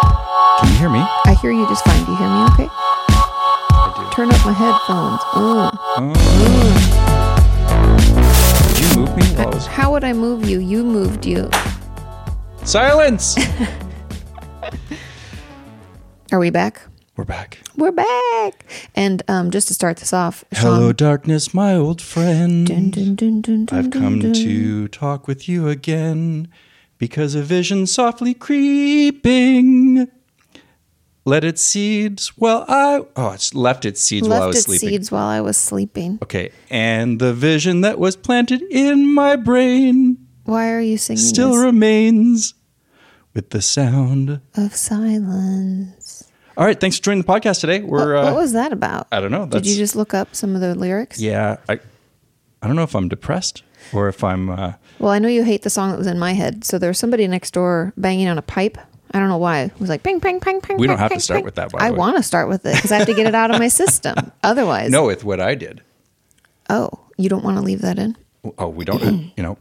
Can you hear me? I hear you just fine. Do you hear me okay? I Turn up my headphones. Ugh. Oh. Did you move me while I was- How would I move you? You moved you. Silence! Are we back? We're back. We're back. And um, just to start this off, Hello, Sean- darkness, my old friend. Dun, dun, dun, dun, dun, I've dun, come dun. to talk with you again because a vision softly creeping. Let its seeds while I. Oh, it's left its seeds left while I was its sleeping. seeds while I was sleeping. Okay. And the vision that was planted in my brain Why are you singing still this? remains with the sound. of silence? All right. Thanks for joining the podcast today. What, We're. what uh, was that about? I don't know. Did you that's- just look up some of the lyrics? Yeah. I, I don't know if I'm depressed or if I'm. Uh, Well, I know you hate the song that was in my head. So there's somebody next door banging on a pipe. I don't know why. It was like ping, ping, ping, ping. We don't ping, have to ping, start ping. with that, by the I way. want to start with it because I have to get it out of my system. Otherwise, no, with what I did. Oh, you don't want to leave that in? Oh, we don't. you know.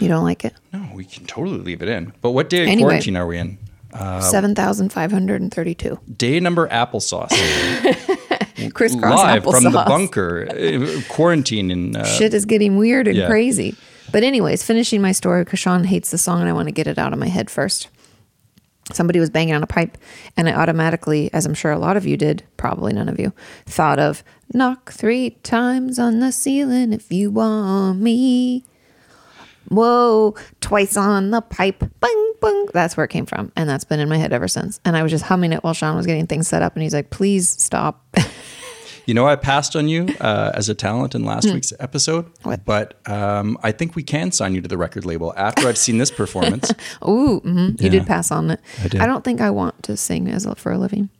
You don't like it? No, we can totally leave it in. But what day of Anyway. quarantine are we in? Uh, Seven thousand five hundred and thirty-two. Day number applesauce. Crisscross Live applesauce. from the bunker. Uh, Quarantine in. Uh, Shit is getting weird and Yeah. crazy. But anyways, finishing my story because Sean hates the song and I want to get it out of my head first. Somebody was banging on a pipe, and I automatically, as I'm sure a lot of you did, probably none of you, thought of knock three times on the ceiling if you want me. Whoa, twice on the pipe. Bung, bung. That's where it came from. And that's been in my head ever since. And I was just humming it while Sean was getting things set up. And he's like, please stop. You know, I passed on you uh, as a talent in last week's episode, Hmm. What? but um, I think we can sign you to the record label after I've seen this performance. Ooh, hmm you Yeah. did pass on it. I did. don't think I want to sing as a, for a living.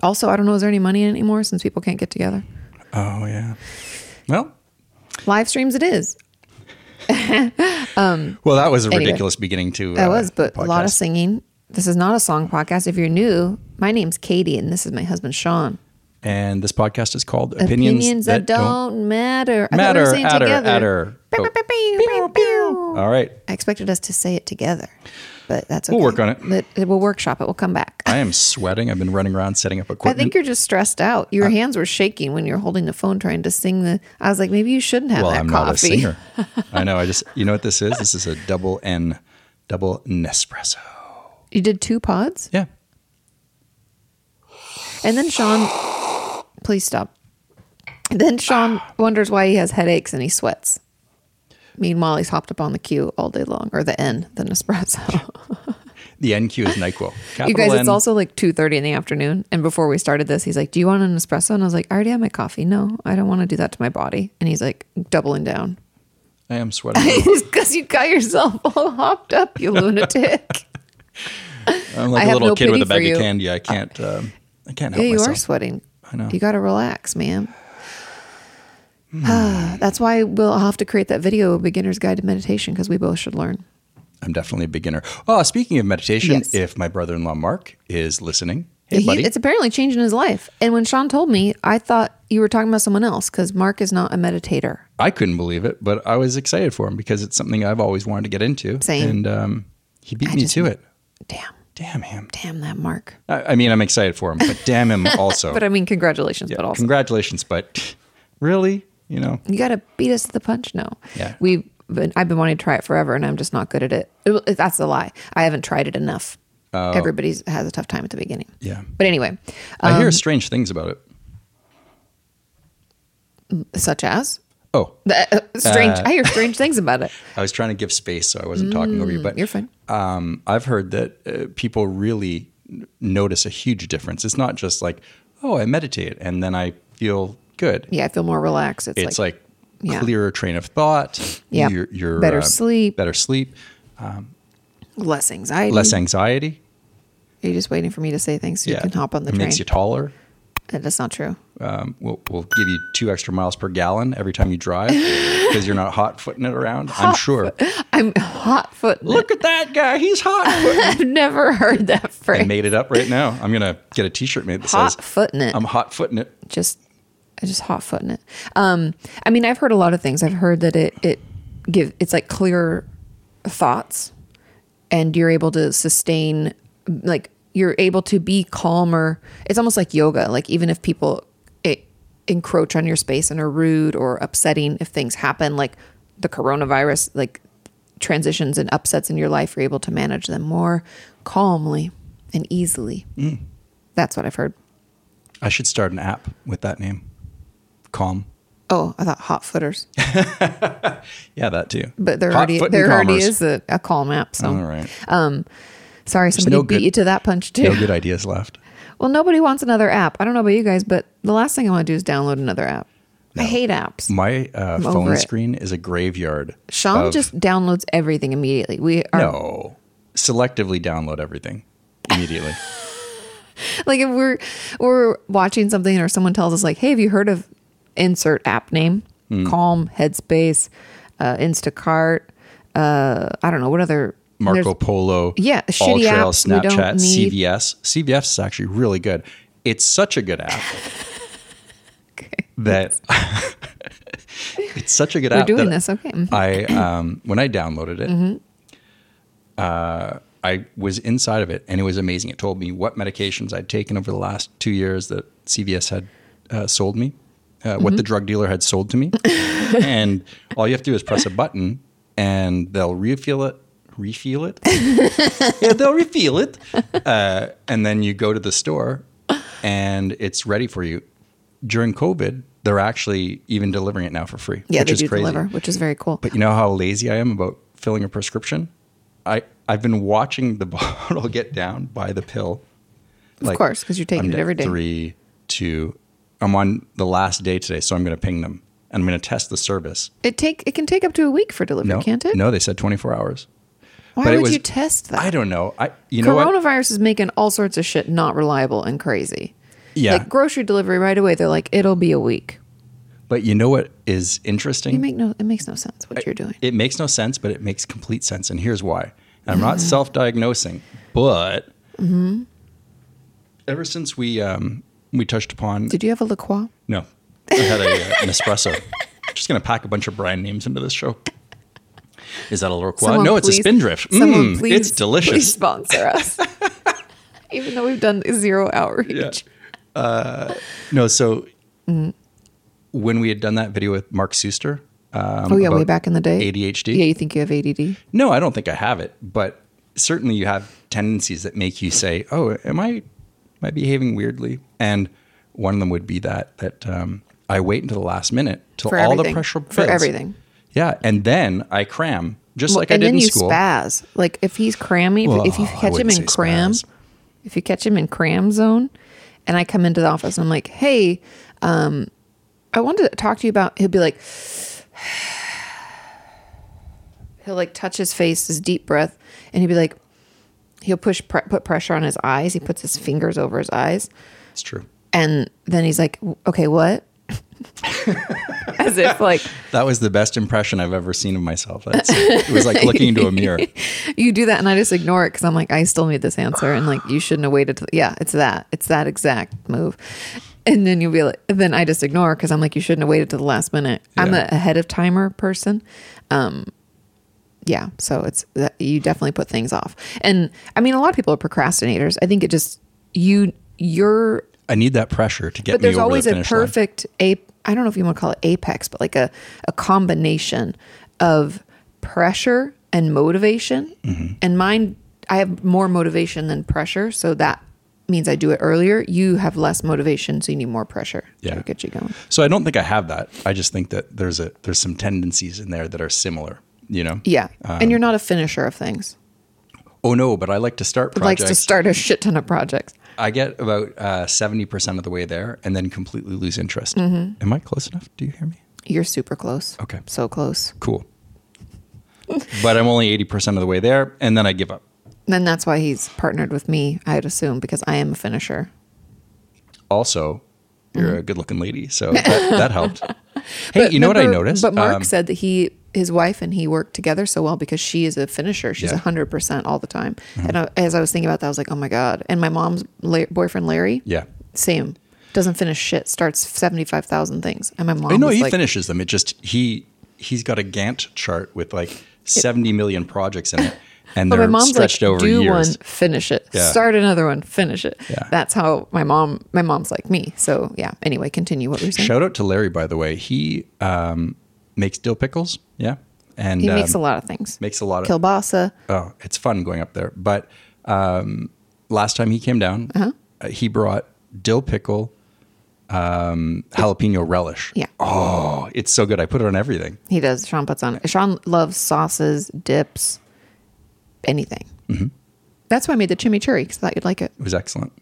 Also, I don't know, is there any money in it anymore since people can't get together? oh yeah. Well, Live streams, it is. well, that was a Anyway. ridiculous beginning to. That was, but a lot of Uh, podcast. singing. This is not a song podcast. If you're new, my name's Katie and this is my husband, Sean. And this podcast is called Opinions, that, don't, matter. I thought we were matter. saying Adder, together. adder. Pew, Oh. pew, pew, pew, pew. All right. I expected us to say it together, but that's okay. We'll work on it. Let- it. We'll workshop it. We'll come back. I am sweating. I've been running around setting up I equipment. think you're just stressed out. Your hands were shaking when you're holding the phone trying to sing the. I was like, maybe you shouldn't have well, that I'm coffee. not a singer. I know. I just, you know what this is? This is a double N, double Nespresso. You did two pods, Yeah. and then Sean, please stop. Then Sean wonders why he has headaches and he sweats. Meanwhile, he's hopped up on the Q all day long, or the N, the Nespresso. The NQ is NyQuil. Capital you guys, it's N. also like two thirty in the afternoon. And before we started this, he's like, "Do you want an espresso?" And I was like, "I already have my coffee. No, I don't want to do that to my body." And he's like, doubling down. I am sweating. It's because you got yourself all hopped up, you lunatic. I'm I like a have little no kid with pity a bag for of you. candy. I can't. Um, I can't yeah, help you are myself. sweating. I know. You got to relax, man. That's why we'll have to create that video, Beginner's Guide to Meditation, because we both should learn. I'm definitely a beginner. Oh, speaking of meditation, Yes. if my brother-in-law Mark is listening, hey He- buddy, it's apparently changing his life. And when Sean told me, I thought you were talking about someone else because Mark is not a meditator. I couldn't believe it, but I was excited for him because it's something I've always wanted to get into. Same. And um, he beat I me just- to it. Damn, Damn him. damn that Mark. I, I mean, I'm excited for him, but damn him also. But I mean, congratulations, but also. Congratulations, but really, you know, you got to beat us to the punch. No, Yeah. we've been, I've been wanting to try it forever, and I'm just not good at it. It- That's a lie. I haven't tried it enough. Everybody's has a tough time at the beginning. Oh. Yeah. But anyway, I um, hear strange things about it. such as Oh, the, uh, strange. I hear strange things about it. I was trying to give space, so I wasn't talking over you. But You're fine. um, I've heard that uh, people really n- notice a huge difference. It's not just like, oh, I meditate and then I feel good. Yeah, I feel more relaxed. It's, It's like, like, yeah. clearer train of thought. Yeah. your, your Better sleep. Better sleep. less anxiety. Less anxiety. You're just waiting for me to say things so you can hop on the it train. Makes you taller. That's not true. Um, we'll, we'll give you two extra miles per gallon every time you drive because you're not hot footing it around. I'm sure. I'm hot foot. Look at that guy. He's hot footing. I've never heard that I phrase. made it up right now. I'm gonna get a T-shirt made that Hot says footing it. "I'm hot footing it." just I just hot footing it. Um, I mean, I've heard a lot of things. I've heard that it it give it's like clearer thoughts, and you're able to sustain like you're able to be calmer. It's almost like yoga. Like even if people it, encroach on your space and are rude or upsetting, if things happen, like the coronavirus, like transitions and upsets in your life, you're able to manage them more calmly and easily. That's what I've heard. I should start an app with that name. Calm. Oh, I thought hot footers, Yeah, that too. but there Hot already foot and there already commerce. is Oh, a, a calm app. So All right. sorry, somebody no beat good- you to that punch too. No good ideas left. Well, nobody wants another app. I don't know about you guys, but the last thing I want to do is download another app. I hate apps. My uh, phone over it. screen is a graveyard. Sean of- just downloads everything immediately. We are no. Selectively download everything immediately. like if we're we're watching something or someone tells us like, "Hey, have you heard of insert app name? Hmm. Calm, Headspace, uh, Instacart, uh, I don't know what other Marco there's- Polo, Yeah, All shitty Trail, apps we don't Snapchat, need. CVS. CVS is actually really good. It's such a good app Okay. that it's such a good We're app. doing that this, okay. Mhm. I um, when I downloaded it, Mm-hmm. uh, I was inside of it, and it was amazing. It told me what medications I'd taken over the last two years that CVS had uh, sold me, uh, what the Mm-hmm. drug dealer had sold to me, and all you have to do is press a button, and they'll refill it. Refill it. yeah, they'll refill it, uh, and then you go to the store, and it's ready for you. During COVID, they're actually even delivering it now for free, Yeah, which they is do crazy. deliver, which is very cool. But you know how lazy I am about filling a prescription? I, I've been watching the bottle get down by the pill. Like, course, 'cause you're taking I'm it at every day. Three, two. I'm on the last day today, so I'm going to ping them. And I'm going to test the service. it take it can take up to a week for delivery, No, can't it? no, they said 24 hours. Why but it would was- you test that? I don't know. I you know what? coronavirus is making all sorts of shit not reliable and crazy. Yeah. Like grocery delivery right away, they're like, it'll be a week. But you know what is You interesting? make no it makes no sense what you're doing. it makes no sense, but it makes complete sense. And here's why. And I'm not self diagnosing, but Mm-hmm. ever since we um, we touched upon Did you have a La Croix? No, I had a, uh, an espresso. just gonna pack a bunch of brand names into this show. Is that a little quad? Someone No, it's a please- spindrift. someone Mm, it's Please delicious. sponsor us. Even though we've done zero outreach. Yeah. No, so Mm-hmm. when we had done that video with Mark Suster, um, oh yeah, way about back in the day. ADHD. Yeah, you think you have ADD? No, I don't think I have it, but certainly you have tendencies that make you say, "Oh, am I am I behaving weirdly?" And one of them would be that that um, I wait until the last minute till For all the everything. pressure For builds. everything. Yeah, and then I cram just like I and did then in you school. spaz. Like if he's cramming, if- if you Well, I catch him wouldn't in say cram, spaz. if you catch him in cram zone, and I come into the office and I'm like, hey, um, I wanted to talk to you about. He'll be like, he'll like touch his face, his deep breath, and he'll be like, he'll push pre- put pressure on his eyes. He puts his fingers over his eyes, It's true. and then he's like, okay, what? As if like That was the best impression I've ever seen of myself. That's, it was like looking into a mirror. you do that and I just ignore it because I'm like, I still need this answer. And like, you shouldn't have waited. Till, yeah, it's that. It's that exact move. And then you'll be like, then I just ignore because I'm like, you shouldn't have waited to the last minute. I'm a Yeah. ahead of timer person. Um, yeah. So it's that you definitely put things off. And I mean, a lot of people are procrastinators. I think it just, you, you're, I need that pressure to get but me there's over always the a finish line. perfect a I don't know if you want to call it apex, but like a a combination of pressure and motivation. Mm-hmm. And mine I have more motivation than pressure, so that means I do it earlier. You have less motivation, so you need more pressure Yeah. to get you going. So I don't think I have that. I just think that there's a there's some tendencies in there that are similar. You know. Yeah. and Um, you're not a finisher of things. Oh no, but I like to start It likes projects. to start a shit ton of projects. I get about uh, seventy percent of the way there, and then completely lose interest. Mm-hmm. Am I close enough? Do you hear me? You're super close. Okay. So close. Cool. but I'm only eighty percent of the way there, and then I give up. Then that's why he's partnered with me, I'd assume, because I am a finisher. Also, you're a good-looking lady, so that, that helped. Hey, you know what I remember- noticed? Mm-hmm. But Mark Um, said that he, his wife, and he worked together so well because she is a finisher. She's Yeah. Uh-huh. hundred percent all the time. And I, as I was thinking about that, I was like, oh my god. And my mom's la- boyfriend Larry, Yeah. same, doesn't finish shit. Starts seventy five thousand things, and my mom. I know was he Um, like, finishes them. It just he he's got a Gantt chart with like seventy million projects in it, and But they're my mom's stretched like, over do years. one, finish it. Yeah. Start another one, finish it. Yeah. That's how my mom. My mom's like me. So yeah. Anyway, continue what we were saying. Shout out to Larry, by the way. He um, makes dill pickles. Yeah, and he makes a um, lot of things. makes a lot of Kielbasa. oh, it's fun going up there. But um, last time he came down, Uh-huh. uh, he brought dill pickle, um, jalapeno relish. Yeah. Oh, it's so good. I put it on everything. He does. Sean puts on it. Sean loves sauces, dips, anything. Mm-hmm. That's why I made the chimichurri because I thought you'd like it. It was excellent.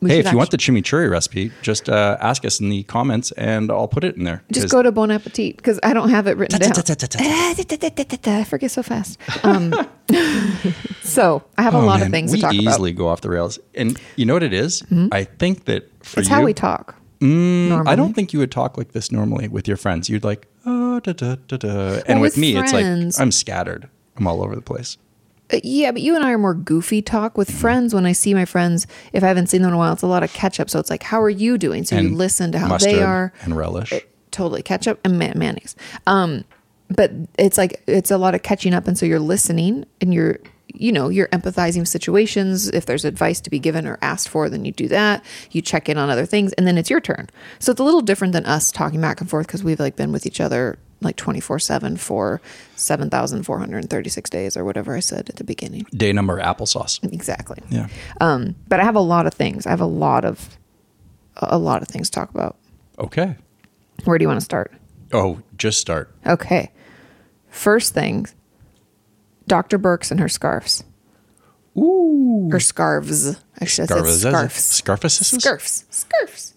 We hey, should if you want actually- the chimichurri recipe, just uh, ask us in the comments, and I'll put it in there. just 'Cause- go to Bon Appetit because I don't have it written down. Ta-ta-ta-ta-ta-ta. I forget so fast. Um, so I have a Oh, lot man, of things we to talk easily about. Hmm? go off the rails, and you know what it is? I think that for It's you, Mm, how we talk. I don't think you would talk like this normally with your friends. You'd like, oh, da, da, da, da. and with, with me, it's friends- like I'm scattered. I'm all over the place. Uh, Yeah, but you and I are more goofy talk Mm-hmm. with friends. When I see my friends, if I haven't seen them in a while, it's a lot of catch up. So it's like, how are you doing? So you listen to how mustard they are. Uh, and relish. Totally catch up and man- mayonnaise. Um, but it's like it's a lot of catching up, and so you're listening and you're you know you're empathizing with situations. If there's advice to be given or asked for, then you do that. You check in on other things, and then it's your turn. So it's a little different than us talking back and forth because we've like been with each other like 24-7 for 7,436 days or whatever I said at the beginning. Day number Mm. applesauce. Exactly. Yeah. Um, but I have a lot of things. I have a lot of a lot of things to talk about. Okay. Where do you want to start? Oh, just start. Okay. First things, Dr. Burks and her scarves. Ooh. Her scarves. I should have said scarves. Scarfaces? Scarves. Scarves.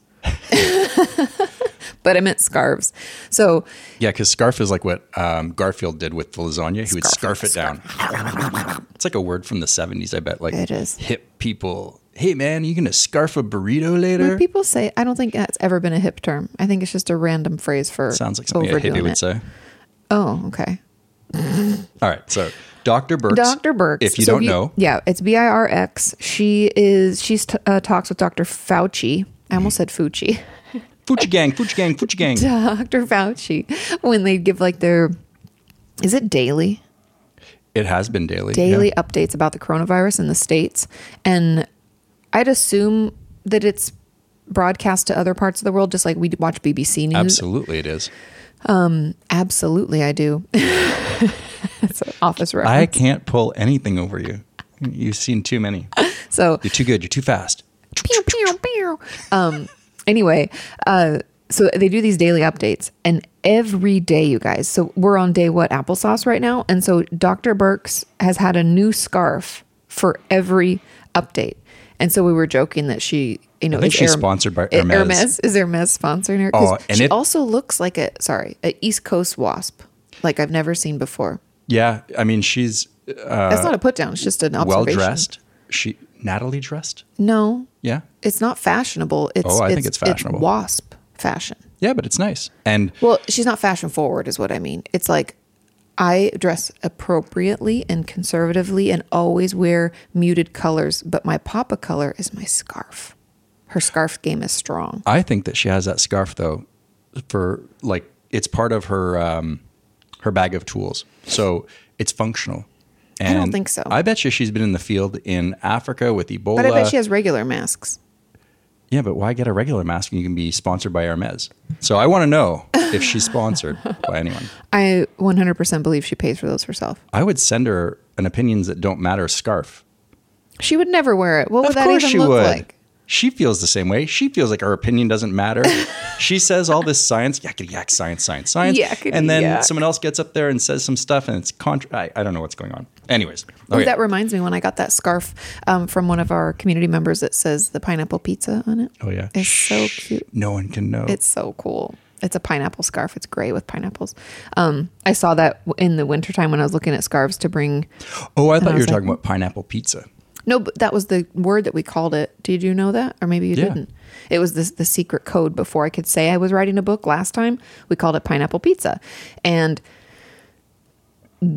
but I meant scarves. So Yeah, because scarf is like what um, Garfield did with the lasagna. He would scarf it down. It's like a word from the 70s, I bet. Like It is. hip people. Hey, man, you going to scarf a burrito when later? people say, I don't think that's ever been a hip term. I think it's just a random phrase for Sounds like something a overdoing hippie would it. say. Oh, okay. All right. So, Dr. Burks. Dr. Burks. If you So don't know, yeah, it's B I R X. She is she's t- uh, talks with Dr. Fauci. I Mm-hmm. almost said Fucci. Fuchi Gang, Fuchi Gang, Fuchi Gang. Dr. Fauci when they give like their is it daily It has been daily. daily yeah. updates about the coronavirus in the states and I'd assume that it's broadcast to other parts of the world just like we watch BBC news. Absolutely, it is. Absolutely, I do. it's an office reference. I can't pull anything over you. You've seen too many. so You're too good. You're too fast. pew, pew, pew. Um, anyway, uh, so they do these daily updates, and every day, you guys. So we're on day what applesauce right now, and so Dr. Burks has had a new scarf for every update, and so we were joking that she, you know, think is she's sponsored by Eh, Hermes. Hermes is Hermes sponsoring her? 'Cause Oh, and she it- also looks like a sorry, a East Coast wasp, like I've never seen before. Yeah. I mean, she's That's Uh, not a put down; it's just an observation. well dressed. She Natalie dressed. No, Yeah. it's not fashionable. It's Oh, I think it's fashionable. wasp fashion. Yeah, but it's nice. And Well, she's not fashion forward, is what I mean. It's like I dress appropriately and conservatively and always wear muted colors, but my papa color is my scarf. Her scarf game is strong. I think that she has that scarf though, for like it's part of her um, her bag of tools. So it's functional. And don't think so. I bet you she's been in the field in Africa with Ebola. But I bet she has regular masks. Yeah, but why get a regular mask when you can be sponsored by Hermes? So I want to know if she's sponsored by anyone. I 100% believe she pays for those herself. I would send her an opinions that don't matter scarf. She would never wear it. What would of that course even she look would. like? She feels the same way. She feels like her opinion doesn't matter. she says all this science, yakety yak, science, science, science. Yakety and then yak. someone else gets up there and says some stuff and it's contra. I, I don't know what's going on. Anyways. Oh, Ooh, okay. Oh, that reminds me when I got that scarf um, from one of our community members that says the pineapple pizza on it. oh, yeah. It's so Shh. cute. No one can know. It's so cool. It's a pineapple scarf. It's gray with pineapples. Um, I saw that w- in the wintertime when I was looking at scarves to bring. oh, I thought I you were was like- talking about pineapple pizza. No, but that was the word that we called it. Did you know that? Or maybe you Yeah. didn't. It was this, the secret code before I could say I was writing a book last time. We called it pineapple pizza. And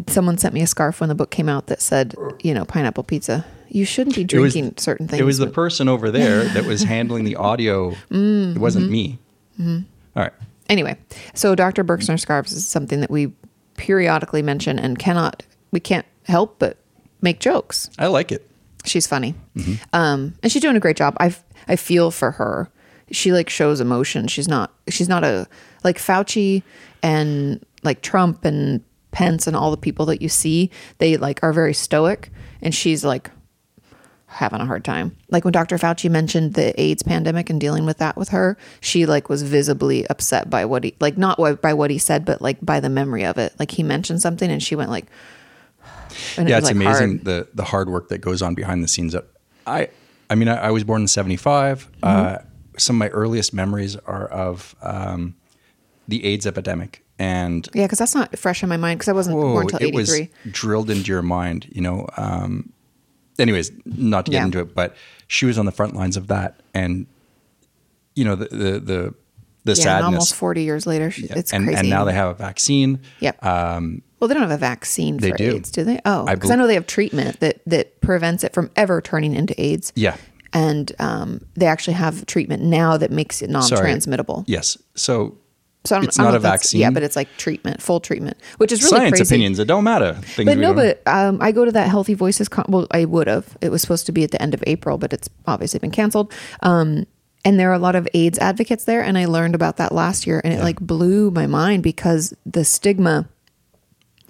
someone sent me a scarf when the book came out that said, you know, pineapple pizza. You shouldn't be was- drinking certain things. It was the person over there that was handling the audio. Mm, it wasn't mm-hmm. me. All right. anyway, so Dr. Berksner scarves is something that we periodically mention and cannot, we can't help but make jokes. I like it. She's funny, um, and she's doing a great job. I I feel for her. She like shows emotion. She's not she's not a like Fauci and like Trump and Pence and all the people that you see. They like are very stoic, and she's like having a hard time. Like when Dr. Fauci mentioned the AIDS pandemic and dealing with that with her, she like was visibly upset by what he like not what, by what he said, but like by the memory of it. Like he mentioned something and she went like, and it yeah, was, it's like, hard. amazing the the hard work that goes on behind the scenes. That I, I mean, I, I was born in '75. Mm-hmm. Uh, some of my earliest memories are of um, the AIDS epidemic, and Yeah, because that's not fresh in my mind because I wasn't whoa, born until it eighty was three. drilled into your mind. You know. Um, anyways, not to get Yeah. into it, but she was on the front lines of that, and you know the the the, the Yeah, and sadness. almost forty years later, she, it's and, crazy. and now they have a vaccine. Um, Yep. well, they don't have a vaccine they for do. AIDS, do they? Oh, I because I, bel- know they have treatment that that prevents it from ever turning into AIDS. Yeah. and um, they actually have treatment now that makes it Sorry. non-transmittable. Yes. So So I don't, it's I don't not know a if that's- vaccine. Yeah, but it's like treatment, full treatment, which is really science crazy. opinions. It don't matter. Things But we no, don't know. but um, I go to that Healthy Voices. Con- well, I would have. It was supposed to be at the end of April, but it's obviously been canceled. Um, and there are a lot of AIDS advocates there, and I learned about that last year, and it like blew my mind because the stigma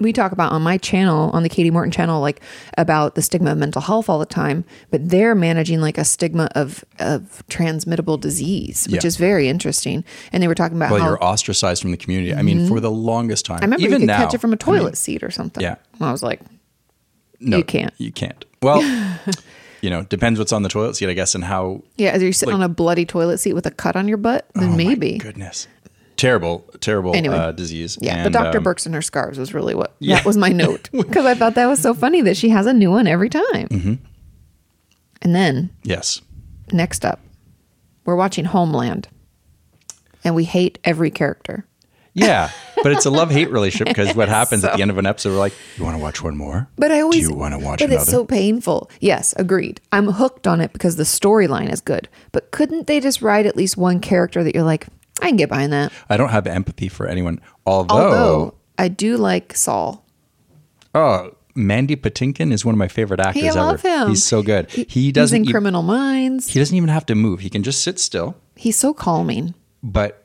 we talk about on my channel, on the Katie Morton channel, like about the stigma of mental health all the time, but they're managing like a stigma of of transmittable disease, which Yeah. is very interesting. And they were talking about Well, how you're ostracized from the community. I mean, for the longest time, Uh-huh. I remember even you could now, catch it from I a mean, toilet seat or something. Yeah. I was like, no, you can't. You can't. Well, you know, depends what's on the toilet seat, I guess, and how. Yeah, as you're sitting on a bloody toilet seat with a cut on your butt, then maybe. Oh Goodness, terrible, terrible Anyway. uh, disease. Yeah, And, but Dr. um, Burks and her scarves was really what that was my note because I thought that was so funny that she has a new one every time. Mm-hmm. And then Yes, next up, we're watching Homeland, and we hate every character. yeah, but it's a love hate relationship because what happens at the end of an episode, we're like, "You want to watch one more?" But I always do you want to watch But another? it's so painful. Yes, agreed. I'm hooked on it because the storyline is good. But couldn't they just write at least one character that you're like, I can get behind that? I don't have empathy for anyone. Although I do like Saul. Oh, Mandy Patinkin is one of my favorite actors I love ever. him. He's so good. He He's doesn't. in e- Criminal Minds. he doesn't even have to move. He can just sit still, He's so calming. but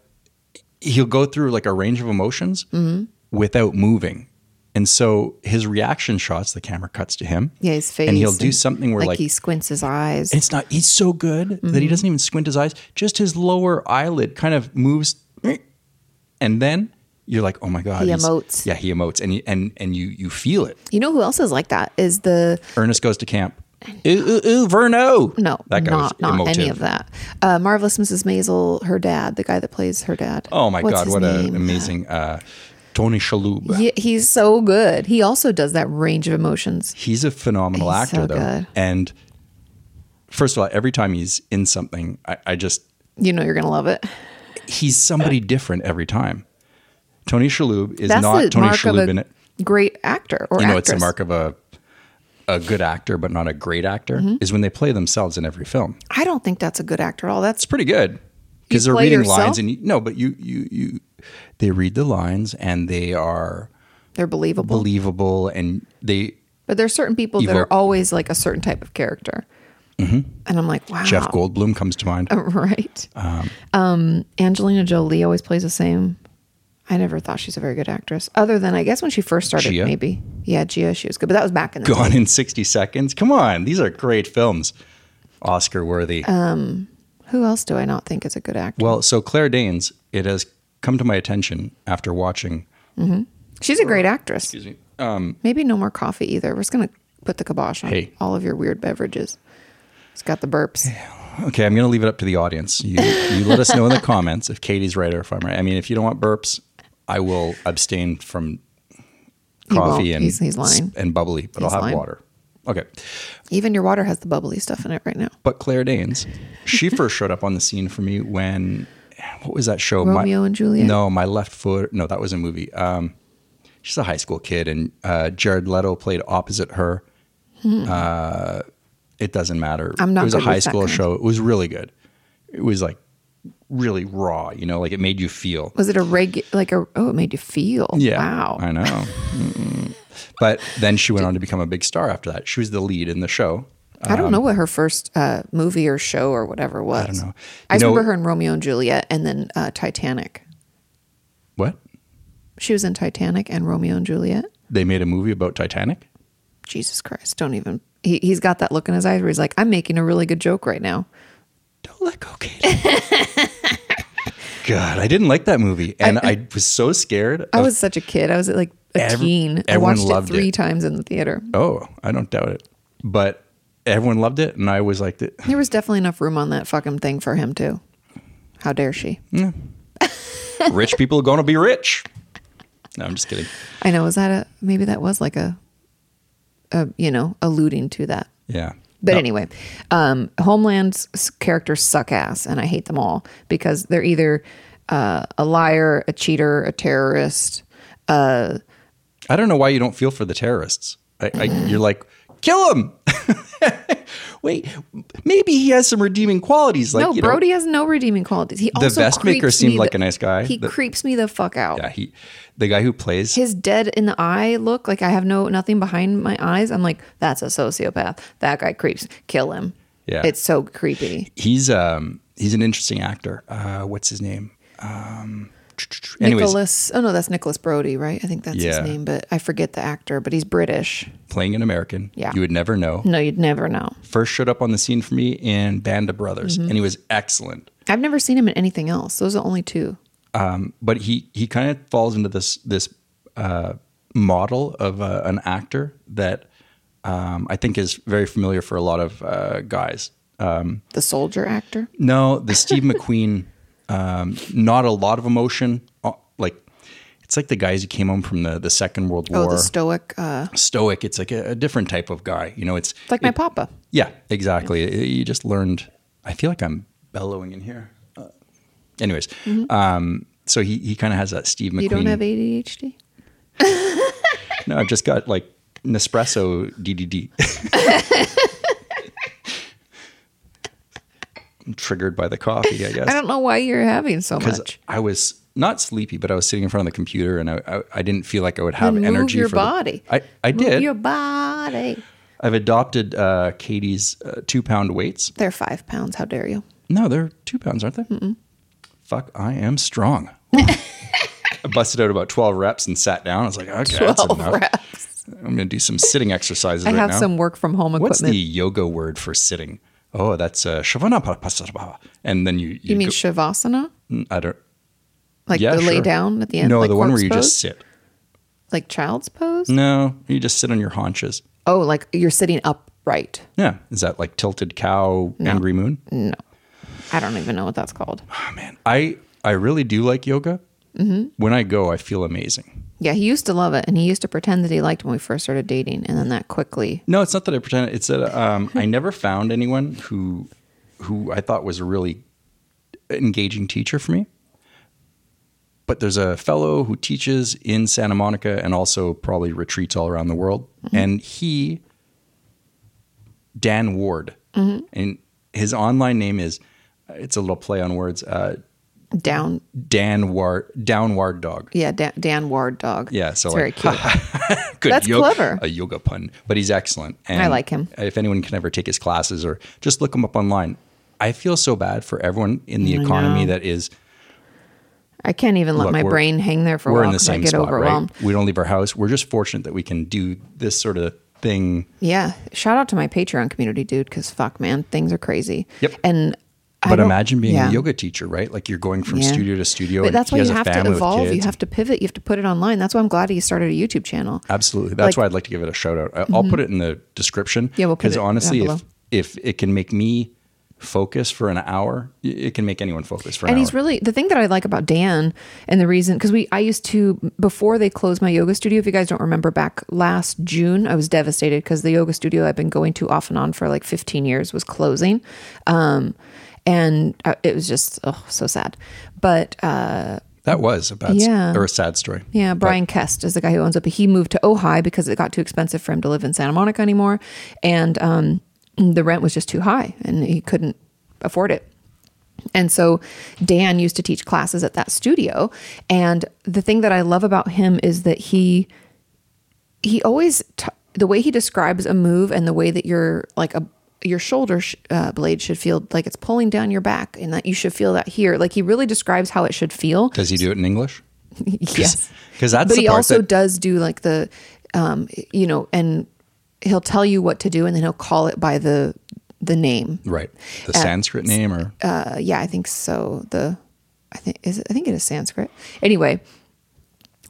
he'll go through like a range of emotions Mm-hmm. without moving. And so his reaction shots, the camera cuts to him. Yeah, his face. And he'll do something where like, like, he squints his eyes. it's not, he's so good that Mm-hmm. he doesn't even squint his eyes. Just his lower eyelid kind of moves. And then you're like, oh my God. He he's- emotes. Yeah, he emotes. And, you and, and you, you feel it. You know who else is like that? Is the Ernest goes to camp. Ooh, ooh, ooh, Verno. no, That guy not was not emotive. any of that. Uh, Marvelous Mrs. Maisel, her dad, the guy that plays her dad. Oh my What's God. his What an name? amazing uh, Tony Shalhoub. He, he's so good. He also does that range of emotions. He's a phenomenal He's actor, so though. good. And first of all, every time he's in something, I, I just You know you're gonna love it. he's somebody different every time. Tony Shalhoub is That's not the Tony mark of Shalhoub in a it. great actor or You know, actress. it's a mark of a a good actor, but not a great actor. Mm-hmm. Is when they play themselves in every film. I don't think that's a good actor at all. That's It's pretty good because they're play reading yourself? lines, and you, no, but you you you they read the lines and they are they're believable. believable and they But there's certain people that Evil. are always like a certain type of character. And I'm like, wow. Mm-hmm. Jeff Goldblum comes to mind. right. Um, Angelina Jolie always plays the same. I never thought she's a very good actress, other than I guess when she first started, Gia? maybe. Yeah, Gia, she was good, but that was back in the Gone in 60 seconds. Come on, these are great films. Oscar worthy. Um, Who else do I not think is a good actor? Well, so Claire Danes, it has come to my attention after watching. she's a great actress. Excuse me. Um, Maybe no more coffee either. We're just gonna put the kibosh on Hey. all of your weird beverages. It's got the burps. Okay, I'm going to leave it up to the audience. You, you let us know in the comments if Katie's right or if I'm right. I mean, if you don't want burps, I will abstain from He won't. coffee and He's- he's lying. and bubbly, but He's I'll have lying. water. Okay, Even your water has the bubbly stuff in it right now. but Claire Danes, she first showed up on the scene for me when what was that show? Romeo and Juliet? No, my left foot. No, that was a movie. Um, she's a high school kid, and uh, Jared Leto played opposite her. Uh, it doesn't matter. Hmm. I'm not It was a good with high that school kind of- show. It was really good. It was like really raw. You know, like it made you feel. Was it a reg like a oh it made you feel. Yeah. Wow. I know. Mm-mm. But then she went on to become a big star after that. She was the lead in the show. I don't know what her first uh, movie or show or whatever was. I Um, don't know. I You just know- remember her in Romeo and Juliet and then uh, Titanic. What? She was in Titanic and Romeo and Juliet. They made a movie about Titanic? Jesus Christ, don't even. He, he's got that look in his eyes where he's like, I'm making a really good joke right now. Don't let go, Katie. God, I didn't like that movie. And I, was so scared. I of- was such a kid. I was like a Every- teen. I everyone watched loved it three it. times in the theater. oh, I don't doubt it. But everyone loved it. And I was like, th- There was definitely enough room on that fucking thing for him too. How dare she? Mm. rich people are going to be rich. No, I'm just kidding. I know. Was that a maybe that was like a, a you know, alluding to that. Yeah. But No, anyway, um, Homeland's s- characters suck ass, and I hate them all because they're either uh, a liar, a cheater, a terrorist. I don't know why you don't feel for the terrorists. I, I, you're like, kill him. Wait, maybe he has some redeeming qualities. Like, no, you know, Brody has no redeeming qualities. He also vest maker creeps seemed me like the- a nice guy. He The- creeps me the fuck out. yeah, he, the guy who plays his dead in the eye look like i have no nothing behind my eyes i'm like that's a sociopath that guy creeps kill him Yeah. it's so creepy he's um he's an interesting actor. Uh, what's his name? Um, anyways, nicholas oh no that's nicholas brody right i think that's Yeah. his name but i forget the actor but he's british playing an American. Yeah. Mm-hmm. you would never know. no you'd never know First showed up on the scene for me in Band of Brothers, Mm-hmm. and he was excellent. i've never seen him in anything else those are the only two But he he kind of falls into this this uh, model of uh, an actor that um, I think is very familiar for a lot of uh, guys. the soldier actor No, the Steve McQueen, um, not a lot of emotion. Uh, Like it's like the guys who came home from the the Second World War. oh the stoic uh stoic. It's like a, a different type of guy. You know, it's like my it- papa Yeah, exactly. It- You just learned. I feel like I'm bellowing in here. Uh, anyways, um, so he he kind of has that Steve McQueen. Mm-hmm. you don't have adhd no, I've just got like Nespresso DDD. I'm triggered by the coffee, I guess. i don't know why you're having so much I was not sleepy, but I was sitting in front of the computer, and I I, I didn't feel like I would have Then move energy your for body. The, I I Move did. your body I've adopted uh, Katie's uh, two pound weights. they're five pounds how dare you No, they're two pounds, aren't they? Fuck, I am strong. I busted out about 12 reps and sat down. I was like, okay, that's 12 enough. reps I'm going to do some sitting exercises I right have now. some work from home equipment. What's the yoga word for sitting? Oh, that's uh, Shavana Pasarabhava. And then you, you, You mean go- mm, shavasana? I don't, Like yeah, the lay sure. down at the end? No, like the one where corpse you pose? just sit. Like child's pose? No, you just sit on your haunches. Oh, like you're sitting upright. Yeah. Is that like tilted cow, angry moon? No. Mm. I don't even know what that's called. Oh, man. I, I really do like yoga. Mm-hmm. When I go, I feel amazing. Yeah, he used to love it and he used to pretend that he liked it when we first started dating and then that quickly. No, it's not that I pretended. It's that um, I never found anyone who who I thought was a really engaging teacher for me. But there's a fellow who teaches in Santa Monica and also probably retreats all around the world, and he Dan Ward, and his online name is it's a little play on words. Uh, Down Dan Ward, Downward Dog. yeah, Dan, Dan Ward dog. Yeah, so it's like, very cute. good That's yoga, clever. a yoga pun, but he's excellent. And I like him. If anyone can ever take his classes or just look him up online, I feel so bad for everyone in the I economy know. that is. I can't even let Look, my we're- brain hang there for a We're while in the 'cause I same get spot, overwhelmed. right? We don't leave our house. We're just fortunate that we can do this sort of thing. Yeah. Shout out to my Patreon community, dude, because fuck man, things are crazy. Yep. And I But don't- imagine being yeah. a yoga teacher, right? Like you're going from Yeah. studio to studio. But and that's he why you has a have to family with evolve. You kids. have to pivot. You have to put it online. That's why I'm glad he started a YouTube channel. Absolutely. That's Like- Mm-hmm. why I'd like to give it a shout out. I- I'll put it in the description. Yeah, we'll put it Because down honestly, below. if, if it can make me focus for an hour, i- it can make anyone focus for an and hour. he's really the thing that I like about Dan and the reason because we I used to before they closed my yoga studio. If you guys don't remember back last June, I was devastated because the yoga studio I've been going to off and on for like 15 years was closing, um, and uh, it was just oh so sad. But That was a bad Yeah. s- or a sad story. Yeah, Brian Kest is the guy who owns it, but he moved to Ojai because it got too expensive for him to live in Santa Monica anymore, and um, the rent was just too high, and he couldn't afford it. And so Dan used to teach classes at that studio, and the thing that I love about him is that he he always t- the way he describes a move and the way that your like a your shoulder sh- uh, blade should feel like it's pulling down your back and that you should feel that here like he really describes how it should feel Does he do it in English? yes Because that's but the he part also that, does do like the um you know and he'll tell you what to do and then he'll call it by the the name right the Sanskrit name or uh yeah i think so the i think is it, i think it is sanskrit anyway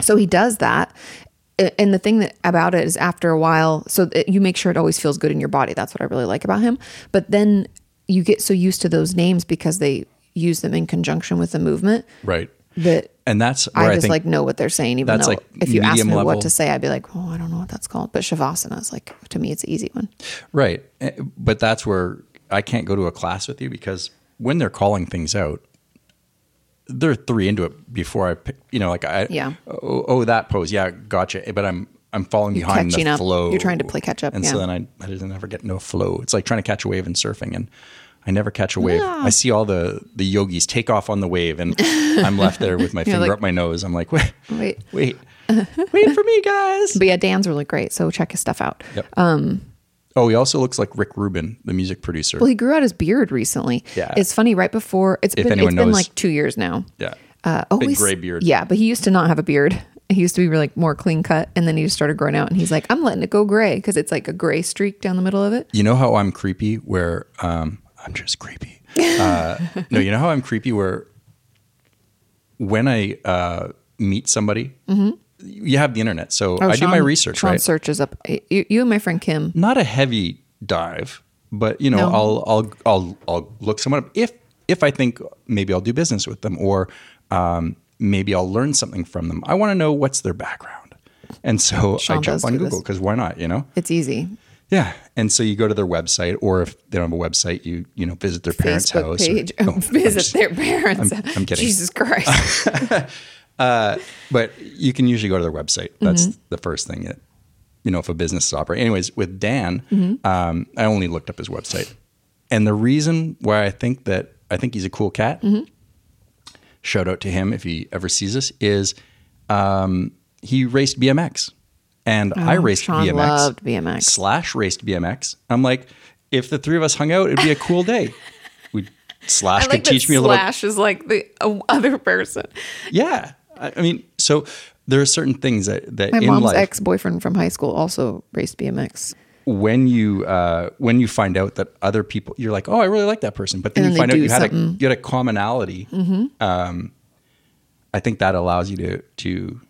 so he does that A- and the thing that about it is after a while so that you make sure it always feels good in your body that's what i really like about him but then you get so used to those names because they use them in conjunction with the movement right, that and that's where I I, just think like know what they're saying, even that's, though like, if you asked medium me level. what to say, I'd be like, oh, I don't know what that's called. But shavasana is like to me, it's an easy one. Right. Eh, But that's where I can't go to a class with you because when they're calling things out, they're three into it before I pick, you know, like I, Yeah. oh, oh, that pose. Yeah. Gotcha. Eh, But I'm, I'm falling behind catching the up. flow. You're trying to play catch up, And so yeah. then I, I didn't ever get no flow. It's like trying to catch a wave in surfing and I never catch a wave. Ah. I see all the, the yogis take off on the wave and I'm left there with my You're finger like, up my nose. I'm like, wait, Wait, wait, wait for me guys. but yeah, Dan's really great. So check his stuff out. Yep. Um, oh, he also looks like Rick Rubin, the music producer. Well, he grew out his beard recently. Yeah. It's funny, right before it's been, anyone it's been knows- like two years now. yeah. Uh, always, gray beard. Yeah, but he used to not have a beard. He used to be like more clean cut, and then he just started growing out. And he's like, "I'm letting it go gray because it's like a gray streak down the middle of it." you know how I'm creepy where um, I'm just creepy. Uh, no, you know how I'm creepy where when I uh, meet somebody, you have the internet, so I do my Mm-hmm. Oh, Sean- research, Sean right? searches up you, you and my friend Kim. Not a heavy dive, but you know, No. I'll I'll I'll I'll look someone up if if I think maybe I'll do business with them or um, maybe I'll learn something from them. I want to know what's their background, and so I Sean jump does on do this. Google because why not? You know. It's easy. Yeah, and so you go to their website, or if they don't have a website, you you know visit their parents' Facebook house. or- page. No, I'm visit just- their parents. I'm- I'm kidding. Jesus Christ. but you can usually go to their website. That's Mm-hmm. the first thing that you know if a business is operating. Anyways, with Dan, Mm-hmm. um, I only looked up his website, and the reason why I think that I think he's a cool cat. Mm-hmm. Shout out to him if he ever sees this. Is um, he raced BMX, and I raced Oh, Sean BMX. loved BMX. slash raced BMX. I'm like, if the three of us hung out, it'd be a cool day. We slash could teach me a little Slash is like the uh, other person. yeah. I, I mean, so there are certain things that, that My in mom's life, ex boyfriend from high school also raced BMX. when you uh, when you find out that other people, you're like, oh, I really like that person, but then And you then find they out do you had a, something. Mm-hmm. you had a commonality. Um, I think that allows you to to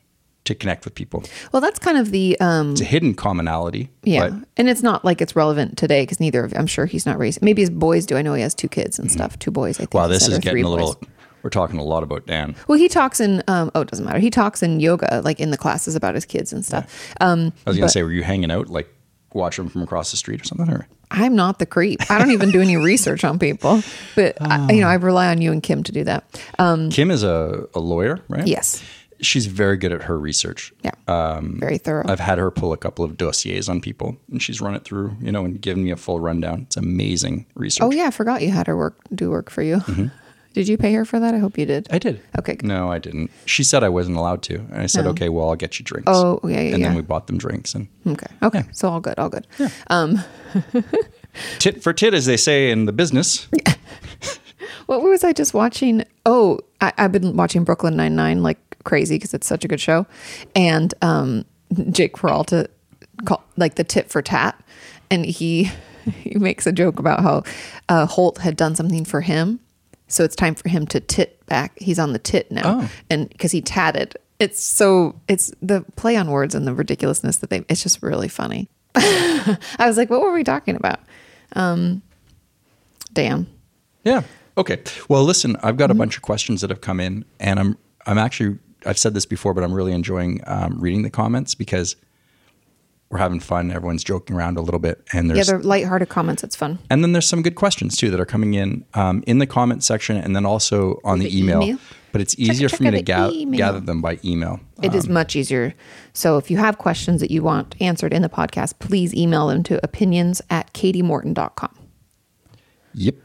to connect with people. Well, that's kind of the um, It's a hidden commonality. yeah, but and it's not like it's relevant today because neither of I'm sure he's not racing. Maybe his boys do. I know he has two kids and stuff, two boys. I think. Mm-hmm. wow, he this said, is or three getting a boys. little. We're talking a lot about Dan. Well, he talks in um, oh, it doesn't matter. He talks in yoga, like in the classes about his kids and stuff. Um, I was going to say, were you hanging out, like watching from across the street or something? Or I'm not the creep. I don't even do any research on people, but I, you know, Ah. I rely on you and Kim to do that. Um, Kim is a, a lawyer, right? yes, She's very good at her research. yeah, very thorough. Um, I've had her pull a couple of dossiers on people and she's run it through, you know, and given me a full rundown. It's amazing research. oh yeah, I forgot you had her work do work for you. Mm-hmm. Did you pay her for that? I hope you did. I did. Okay, good. No, I didn't. She said I wasn't allowed to. And I said, okay, well, I'll get you drinks. Oh, yeah, yeah, And then yeah. we bought them drinks and okay, okay, so all good, all good. tit for tit, as they say in the business. What was I just watching? Oh, I, I've been watching Brooklyn Nine Nine like crazy because it's such a good show, and um, Jake Peralta, call, like the tit for tat, and he he makes a joke about how uh, Holt had done something for him, so it's time for him to tit back. He's on the tit now, Oh. and because he tatted, it's so it's the play on words and the ridiculousness that they. It's just really funny. I was like, what were we talking about? Um, damn. Yeah. Okay. Well, listen, I've Mm-hmm. got a bunch of questions that have come in, and I'm I'm actually I've said this before, but I'm really enjoying um, reading the comments because we're having fun. Everyone's joking around a little bit, and Yeah, there's they're lighthearted comments. It's fun. and then there's some good questions too that are coming in um, in the comment section, and then also on the, The email. email? But it's easier check for me out to the ga- email. gather them by email. It is Um, much easier. So if you have questions that you want answered in the podcast, please email them to opinions at katiemorton.com. Yep.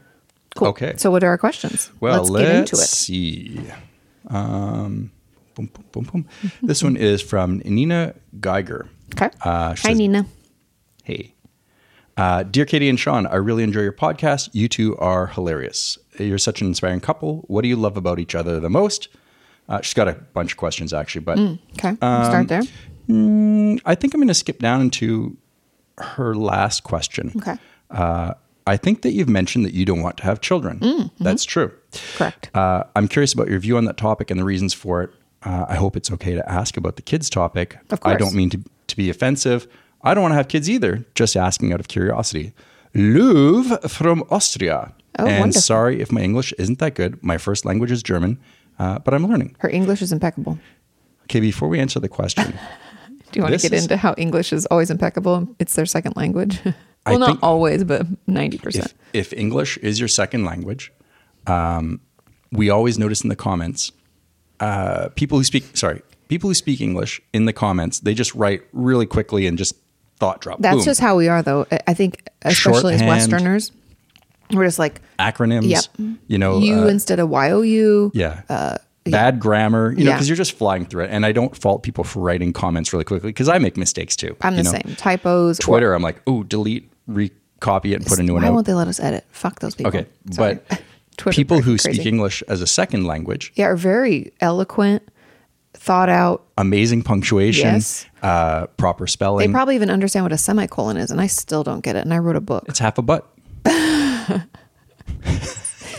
Cool. Okay. So what are our questions? Well, let's get into it. see. Um, boom, boom, boom, boom. this one is from Nina Geiger. Okay. Uh, she Hi, says- Nina. Hey. Uh, Dear Katie and Sean, I really enjoy your podcast. You two are hilarious. You're such an inspiring couple. What do you love about each other the most? Uh, she's got a bunch of questions actually, but Okay. we'll Um, start there. I think I'm going to skip down into her last question. Okay. Uh, I think that you've mentioned that you don't want to have children. Mm, mm-hmm. That's true. Correct. Uh, I'm curious about your view on that topic and the reasons for it. Uh, I hope it's okay to ask about the kids topic. Of I course. don't mean to, to be offensive. I don't want to have kids either. Just asking out of curiosity. Love from Austria. Oh, and wonderful. sorry if my English isn't that good. My first language is German, uh, but I'm learning. Her English is impeccable. Okay, before we answer the question, Do you want This to get is- into how English is always impeccable? It's their second language. well, I not think- always, but ninety percent. if, if English is your second language, um, we always notice in the comments uh, people who speak sorry people who speak English in the comments they just write really quickly and just thought drop. That's Boom. just how we are, though. I- I think, especially as Shorthand. Westerners, we're just like acronyms. Yep. You know, you uh, instead of you. yeah. Bad grammar, you know, Yeah. because you're just flying through it. And I don't fault people for writing comments really quickly because I make mistakes too. I'm the you know? same. Typos. or- Twitter, I'm like, oh, delete, recopy it, and put a new one Why out. won't they let us edit? Fuck those people. Okay, Sorry. but Twitter people who crazy. speak English as a second language, yeah, are very eloquent, thought out. amazing punctuation, Yes. uh, proper They spelling. probably even understand what a semicolon is, and I still don't get it. And I wrote a book, it's half a butt.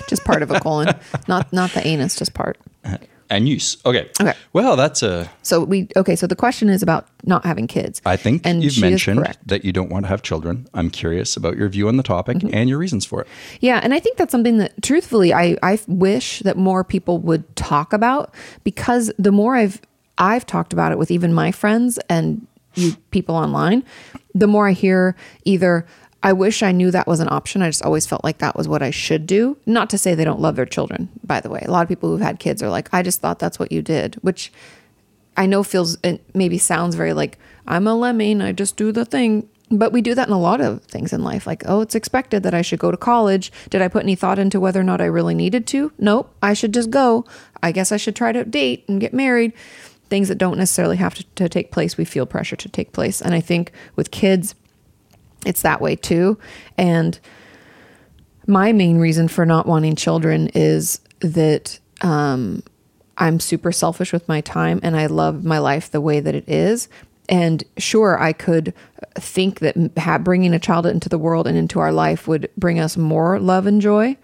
just part of a colon, not not the anus, just part. And use. Okay. Okay. Well, that's a. So we okay. So the question is about not having kids. I think and you've she is mentioned correct. that you don't want to have children. I'm curious about your view on the topic Mm-hmm. and your reasons for it. Yeah, and I think that's something that truthfully I I wish that more people would talk about because the more I've I've talked about it with even my friends and you people online, the more I hear either I wish I knew that was an option. I just always felt like that was what I should do. Not to say they don't love their children, by the way. A lot of people who've had kids are like, I just thought that's what you did, which I know feels it maybe sounds very like I'm a lemming, I just do the thing. But we do that in a lot of things in life. Like, oh, it's expected that I should go to college. Did I put any thought into whether or not I really needed to? Nope. I should just go. I guess I should try to date and get married. Things that don't necessarily have to, to take place, we feel pressure to take place. And I think with kids, it's that way too. And my main reason for not wanting children is that um, I'm super selfish with my time and I love my life the way that it is. And sure, I could think that ha- bringing a child into the world and into our life would bring us more love and joy,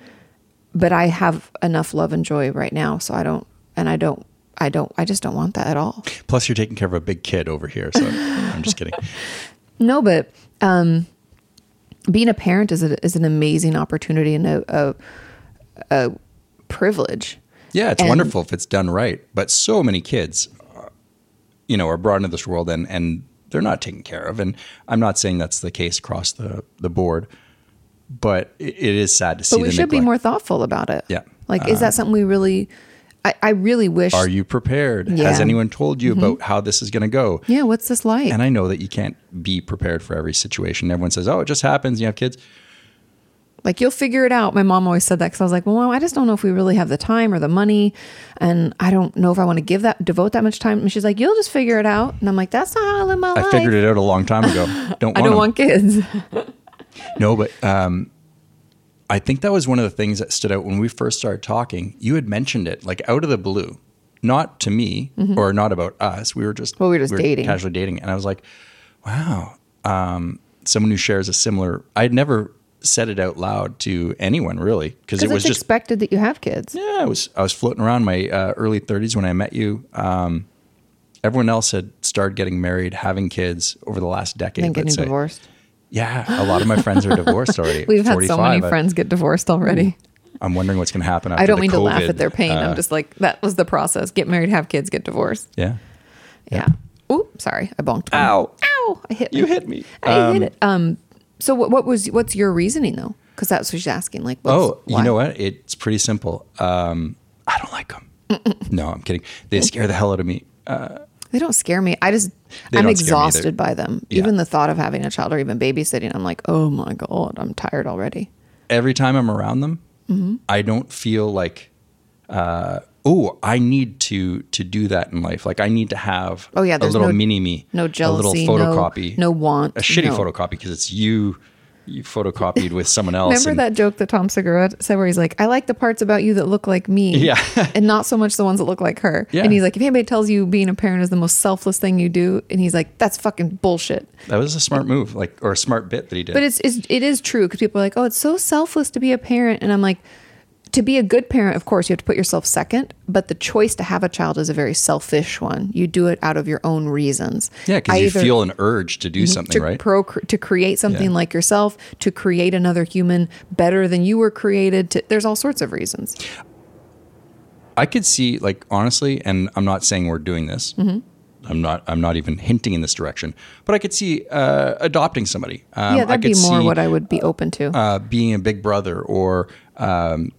but I have enough love and joy right now, so I don't, and I don't, I don't, I just don't want that at all. Plus, you're taking care of a big kid over here. So I'm just kidding. No, but um, being a parent is a, is an amazing opportunity and a, a, a privilege. Yeah, it's And- wonderful if it's done right. But so many kids, uh, you know, are brought into this world and and they're not taken care of. And I'm not saying that's the case across the the board, but it, it is sad to see. But we the should be neglect. more thoughtful about it. Yeah. Uh-huh. Like, is that something we really? I, I really wish. Are you prepared? Has Yeah. Mm-hmm. anyone told you about how this is going to go? yeah. What's this like? And I know that you can't be prepared for every situation. Everyone says, "Oh, it just happens. You have kids." like you'll figure it out. My mom always said that because I was like, well, Mom, I just don't know if we really have the time or the money, and I don't know if I want to give that devote that much time. And she's like, you'll just figure it out. And I'm like, that's not how I live my I life. figured it out a long time ago. Don't want I don't 'em. want kids. No, but um, I think that was one of the things that stood out when we first started talking. You had mentioned it like out of the blue, not to me or not about us. We were just Mm-hmm. Well, we were just dating. casually dating, and I was like, wow, um, someone who shares a similar. I'd never said it out loud to anyone really because it Because was it's just expected that you have kids. yeah, I was I was floating around my uh, early 30s when I met you. Um, everyone else had started getting married, having kids over the last decade. and getting let's say. divorced. Yeah, a lot of my friends are divorced already. We've had so many 45. I- friends get divorced already. I'm wondering what's going to happen. After I don't the mean to laugh COVID, at their pain. uh, I'm just like, that was the process. Get married, have kids, get divorced. yeah. Yeah. Oop, sorry. I bonked. one. Ow. Ow. I hit You me. hit me. I hit it. Um, so what, what was, what's your reasoning though? Cause that's what she's asking. Like, what's, Oh, why? you know what? It's pretty simple. Um, I don't like them. No, I'm kidding. They scare the hell out of me. They don't scare me. I just, They don't scare I'm me either. exhausted by them. Even the thought of having a child or even babysitting, I'm like, oh my God, I'm tired already. Mm-hmm. Every time I'm around them, I don't feel like uh, oh, I need to to do that in life. Like I need to have Oh, yeah, a there's little no- mini me, no jealousy, a little photocopy, no- no want, a shitty no. photocopy because it's you you photocopied with someone else. Remember and- that joke that Tom Segura said where he's like, I like the parts about you that look like me. Yeah. and not so much the ones that look like her. Yeah. And he's like, if anybody tells you being a parent is the most selfless thing you do, and he's like, that's fucking bullshit. That was a smart move, like or a smart bit that he did. But it's, it's it is true because people are like, oh, it's so selfless to be a parent, and I'm like, to be a good parent, of course, you have to put yourself second. But the choice to have a child is a very selfish one. You do it out of your own reasons. yeah, because I you either- feel an urge to do something, to right? procre- to create something Yeah. like yourself, to create another human better than you were created. To, there's all sorts of reasons. I could see, like, honestly, and I'm not saying we're doing this. Mm-hmm. I'm not. I'm not even hinting in this direction. But I could see uh, adopting somebody. Um, yeah, I that'd could be more see, what I would be open to. uh, being a big brother or um,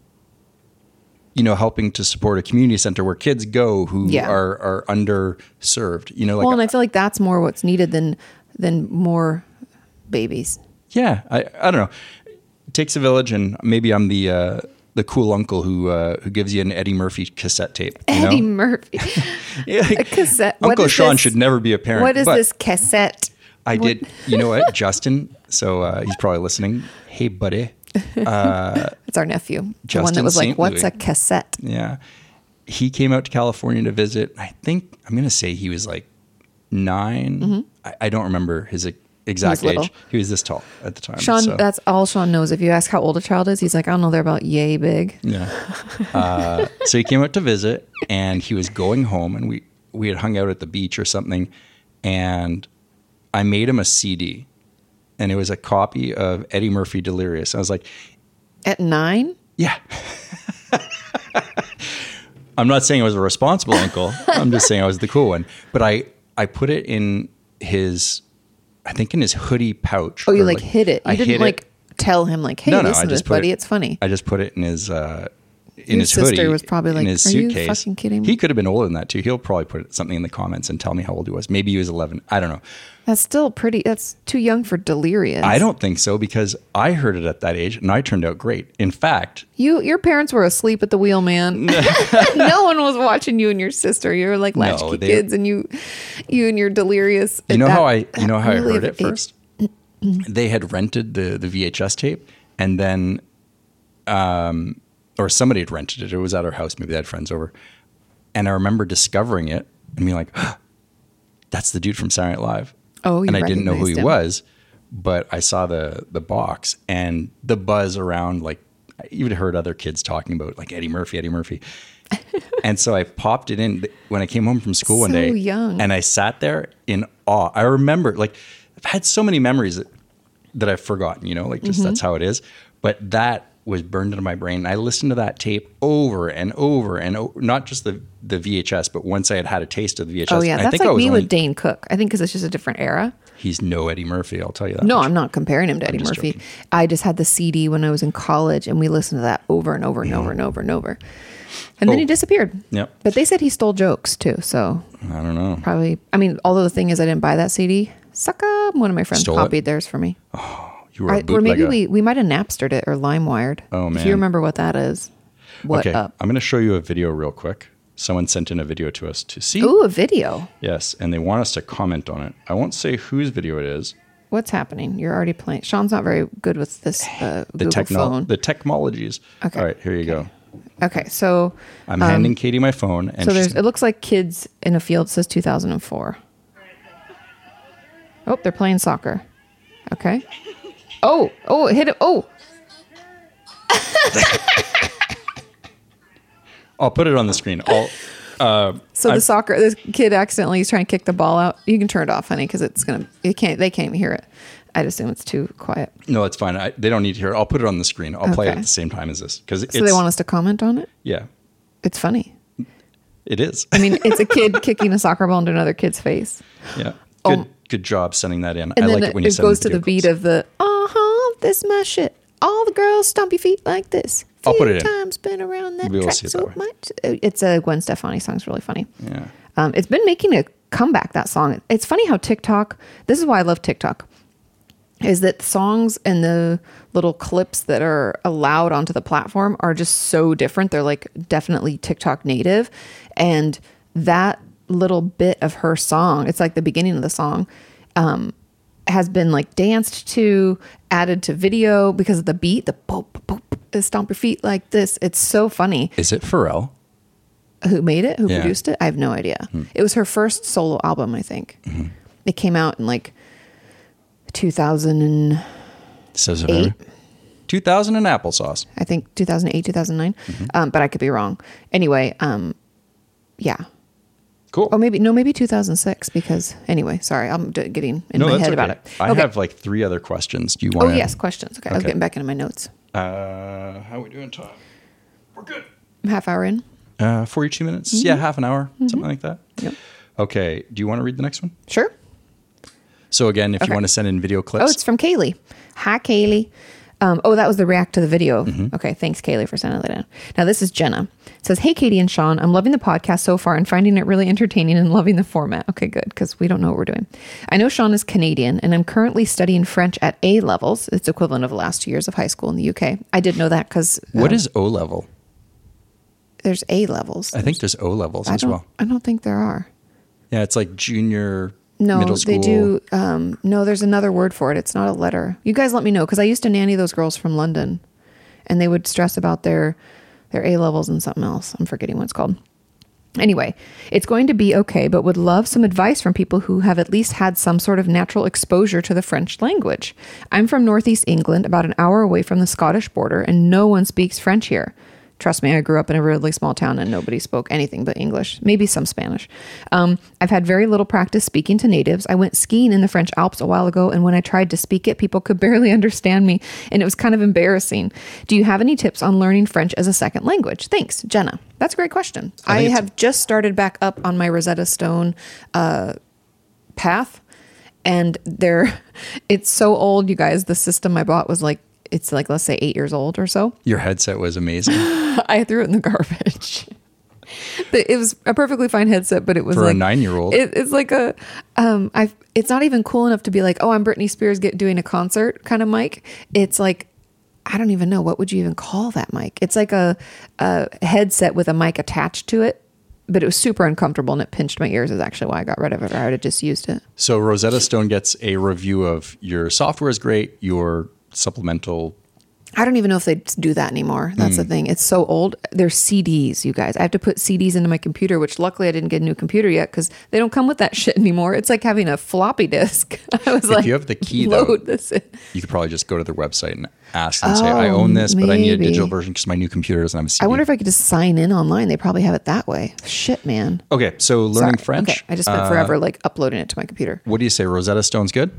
you know helping to support a community center where kids go who Yeah. are are underserved you know like well, and I feel like that's more what's needed than than more babies. yeah I, I don't know it takes a village and maybe i'm the uh, the cool uncle who uh, who gives you an eddie murphy cassette tape you Eddie know? Murphy. Yeah, like, A cassette. What uncle is sean this? should never be a parent What is but this cassette? i did you know what justin so uh, he's probably listening hey buddy It's our nephew. the one that Justin was like, St. Louis. "What's a cassette?" Yeah. He came out to California to visit. I think I'm going to say he was like 9 I, I don't remember his e- exact little. age. He was this tall at the time. Sean, so- that's all Sean knows. If you ask how old a child is, he's like, "I don't know. They're about yay big." yeah. Uh, so he came out to visit, and he was going home, and we we had hung out at the beach or something, and I made him a CD, and it was a copy of Eddie Murphy Delirious. I was like, At nine, Yeah. I'm not saying I was a responsible uncle. I'm just saying I was the cool one. But I I put it in his I think in his hoodie pouch. oh, you or, like hid it. You I didn't hid it. like tell him like, "Hey, No, no, listen I to this, just put buddy. it- it's funny." I just put it in his uh in Your his sister hoodie. was probably like, in his "Are you suitcase. fucking kidding me?" He could have been older than that too. He'll probably put something in the comments and tell me how old he was. Maybe he was 11. I don't know. That's still pretty. That's too young for delirious. I don't think so because I heard it at that age and I turned out great. In fact, You, your parents were asleep at the wheel, man. no one was watching you and your sister. You were like latchkey they- kids, and you, you and your delirious. You at know that- Mm-hmm. how I you that know how I early heard of it age. first? they had rented the the VHS tape and then um or somebody had rented it. It was at our house, maybe they had friends over. And I remember discovering it and being like, that's the dude from Saturday Night Live. Oh, you and I didn't know who he recognized him. was, but I saw the the box and the buzz around like I even heard other kids talking about like Eddie Murphy, Eddie Murphy. and so I popped it in th- when I came home from school one So day. young. And I sat there in awe. I remember like I've had so many memories that, that I've forgotten, you know, like just Mm-hmm. that's how it is. But that was burned into my brain. And I listened to that tape over and over and o- not just the the VHS, but once I had had a taste of the VHS. Oh yeah, I that's think I like was me only- with Dane Cook. I think because it's just a different era. He's no Eddie Murphy. I'll tell you that. No, much. I'm not comparing him to Eddie just Murphy. joking. I just had the CD when I was in college, and we listened to that over and over and over and over and over. And then Oh. he disappeared. Yep. But they said he stole jokes too. So I don't know. probably, I mean, although the thing is, I didn't buy that CD. Sucker! One of my friends Stole it? Oh, copied theirs for me. You were a I- or maybe bootlegger. we, we might have Napstered it or LimeWired. Oh, If man. you remember what that is, what okay, up? I'm going to show you a video real quick. Someone sent in a video to us to see. Ooh, a video. Yes, and they want us to comment on it. I won't say whose video it is. What's happening? You're already playing. Sean's not very good with this uh, The Google techno- phone. the technologies. Okay. All right, here you go. okay, so I'm handing Katie my phone, and so she's- there's it looks like kids in a field It says 2004. Oh, they're playing soccer. Okay. Oh, oh, it hit it. Oh, I'll put it on the screen. I'll, so I'm- the soccer this kid accidentally is trying to kick the ball out. You can turn it off, honey, because it's gonna. You can't. They can't even hear it. I'd assume it's too quiet. no, it's fine. I, they don't need to hear it. I'll put it on the screen. I'll play it Okay. at the same time as this because So they want us to comment on it. yeah, It's funny. it is. I mean, it's a kid kicking a soccer ball into another kid's face. yeah, good, oh. good job sending that in. And I then like it, when you it send goes to video the beat clips. of the, uh huh, this my shit. All the girls stomp your feet like this. I'll put Few it in. times been around that We'll track see it so that way. much. It's a Gwen Stefani song. It's really funny. Yeah. Um, it's been making a comeback, that song. It's funny how TikTok, this is why I love TikTok. is that songs and the little clips that are allowed onto the platform are just so different. They're like definitely TikTok native. And that little bit of her song, it's like the beginning of the song, um, has been like danced to, added to video because of the beat, the boop, boop, boop, stomp your feet like this. It's so funny. Is it Pharrell? Who made it? Who Yeah. Hmm. produced it? I have no idea. It was her first solo album, I think. Mm-hmm. It came out in like 2000 and Says it Eight. right. 2000 and applesauce. I think 2008, 2009. Mm-hmm. Um, but I could be wrong. Anyway, um, yeah. Cool. Oh, maybe, no, maybe 2006 because, anyway, sorry, I'm d- getting in my head about okay. it. I have like three other questions. Do you oh, want yes, questions. Okay, I was Okay. getting back into my notes. Uh, how are we doing, Tom? We're good. I'm half hour in. Uh, 42 minutes? Yeah, half an hour, something like that. Mm-hmm. Yep. Okay. Do you want to read the next one? Sure. So, again, if Okay. you want to send in video Oh, clips, it's from Kaylee. Hi, Kaylee. Um, oh, that was the react to the video. Mm-hmm. Okay, thanks, Kaylee, for sending that in. Now, this is Jenna. It says, Hey, Katie and Sean, I'm loving the podcast so far and finding it really entertaining and loving the format. Okay, good, because we don't know what we're doing. I know Sean is Canadian, and I'm currently studying French at A levels. It's equivalent of the last two years of high school in the UK. I did know that because what is O level? there's A levels. I think there's O levels I as don't, well. I don't think there are. Yeah, it's like junior, No, middle school. they do. Um, no, there's another word for it. It's not a letter. You guys let me know because I used to nanny those girls from London, and they would stress about their their A levels and something else. I'm forgetting what it's called. Anyway, it's going to be okay, but would love some advice from people who have at least had some sort of natural exposure to the French language. I'm from Northeast England, about an hour away from the Scottish border, and no one speaks French here. Trust me, I grew up in a really small town and nobody spoke anything but English, maybe some Spanish. Um, I've had very little practice speaking to natives. I went skiing in the French Alps a while ago, and when I tried to speak it, people could barely understand me, and it was kind of embarrassing. Do you have any tips on learning French as a second language? Thanks, Jenna. That's a great question. I, think it's- have just started back up on my Rosetta Stone uh, path, and there, it's so old, you guys. The system I bought was like it's like let's say eight years old or so. Your headset was amazing. I threw it in the garbage. But it was a perfectly fine headset, but it was For a like- nine-year-old. It, it's like a, um, I. It's not even cool enough to be like, oh, I'm Britney Spears get, doing a concert kind of mic. It's like, I don't even know what would you even call that mic. It's like a, a headset with a mic attached to it, but it was super uncomfortable and it pinched my ears. Is actually why I got rid of it. Or I would have just used it. so, Rosetta Stone gets a review of your software is great, your supplemental. I don't even know if they do that anymore. That's Hmm. the thing. It's so old. They're CDs, you guys. I have to put CDs into my computer, which luckily I didn't get a new computer yet because they don't come with that shit anymore. It's like having a floppy disk. I was like, you have the key, though, load this in. You could probably just go to their website and ask and say, I own this, but I need a Oh, maybe. digital version because my new computer doesn't have a CD. I wonder if I could just sign in online. They probably have it that way. Shit, man. okay, so learning Sorry. French. Okay, I just spent uh, forever like uploading it to my computer. What do you say? Rosetta Stone's good?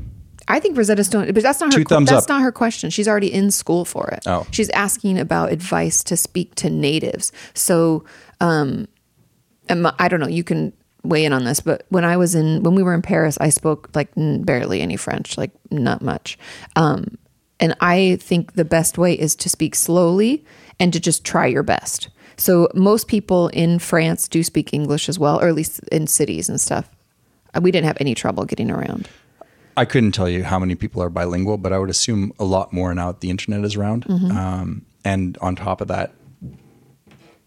I think Rosetta Stone, but that's not her. Two thumbs that's up. not her question. She's already in school for it. Oh. she's asking about advice to speak to natives. So, um, am- I don't know. You can weigh in on this, but when I was in, when we were in Paris, I spoke like n- barely any French, like not much. Um, and I think the best way is to speak slowly and to just try your best. So most people in France do speak English as well, or at least in cities and stuff. Uh, We didn't have any trouble getting around. I couldn't tell you how many people are bilingual, but I would assume a lot more now that the internet is around. Mm-hmm. Um, and on top of that,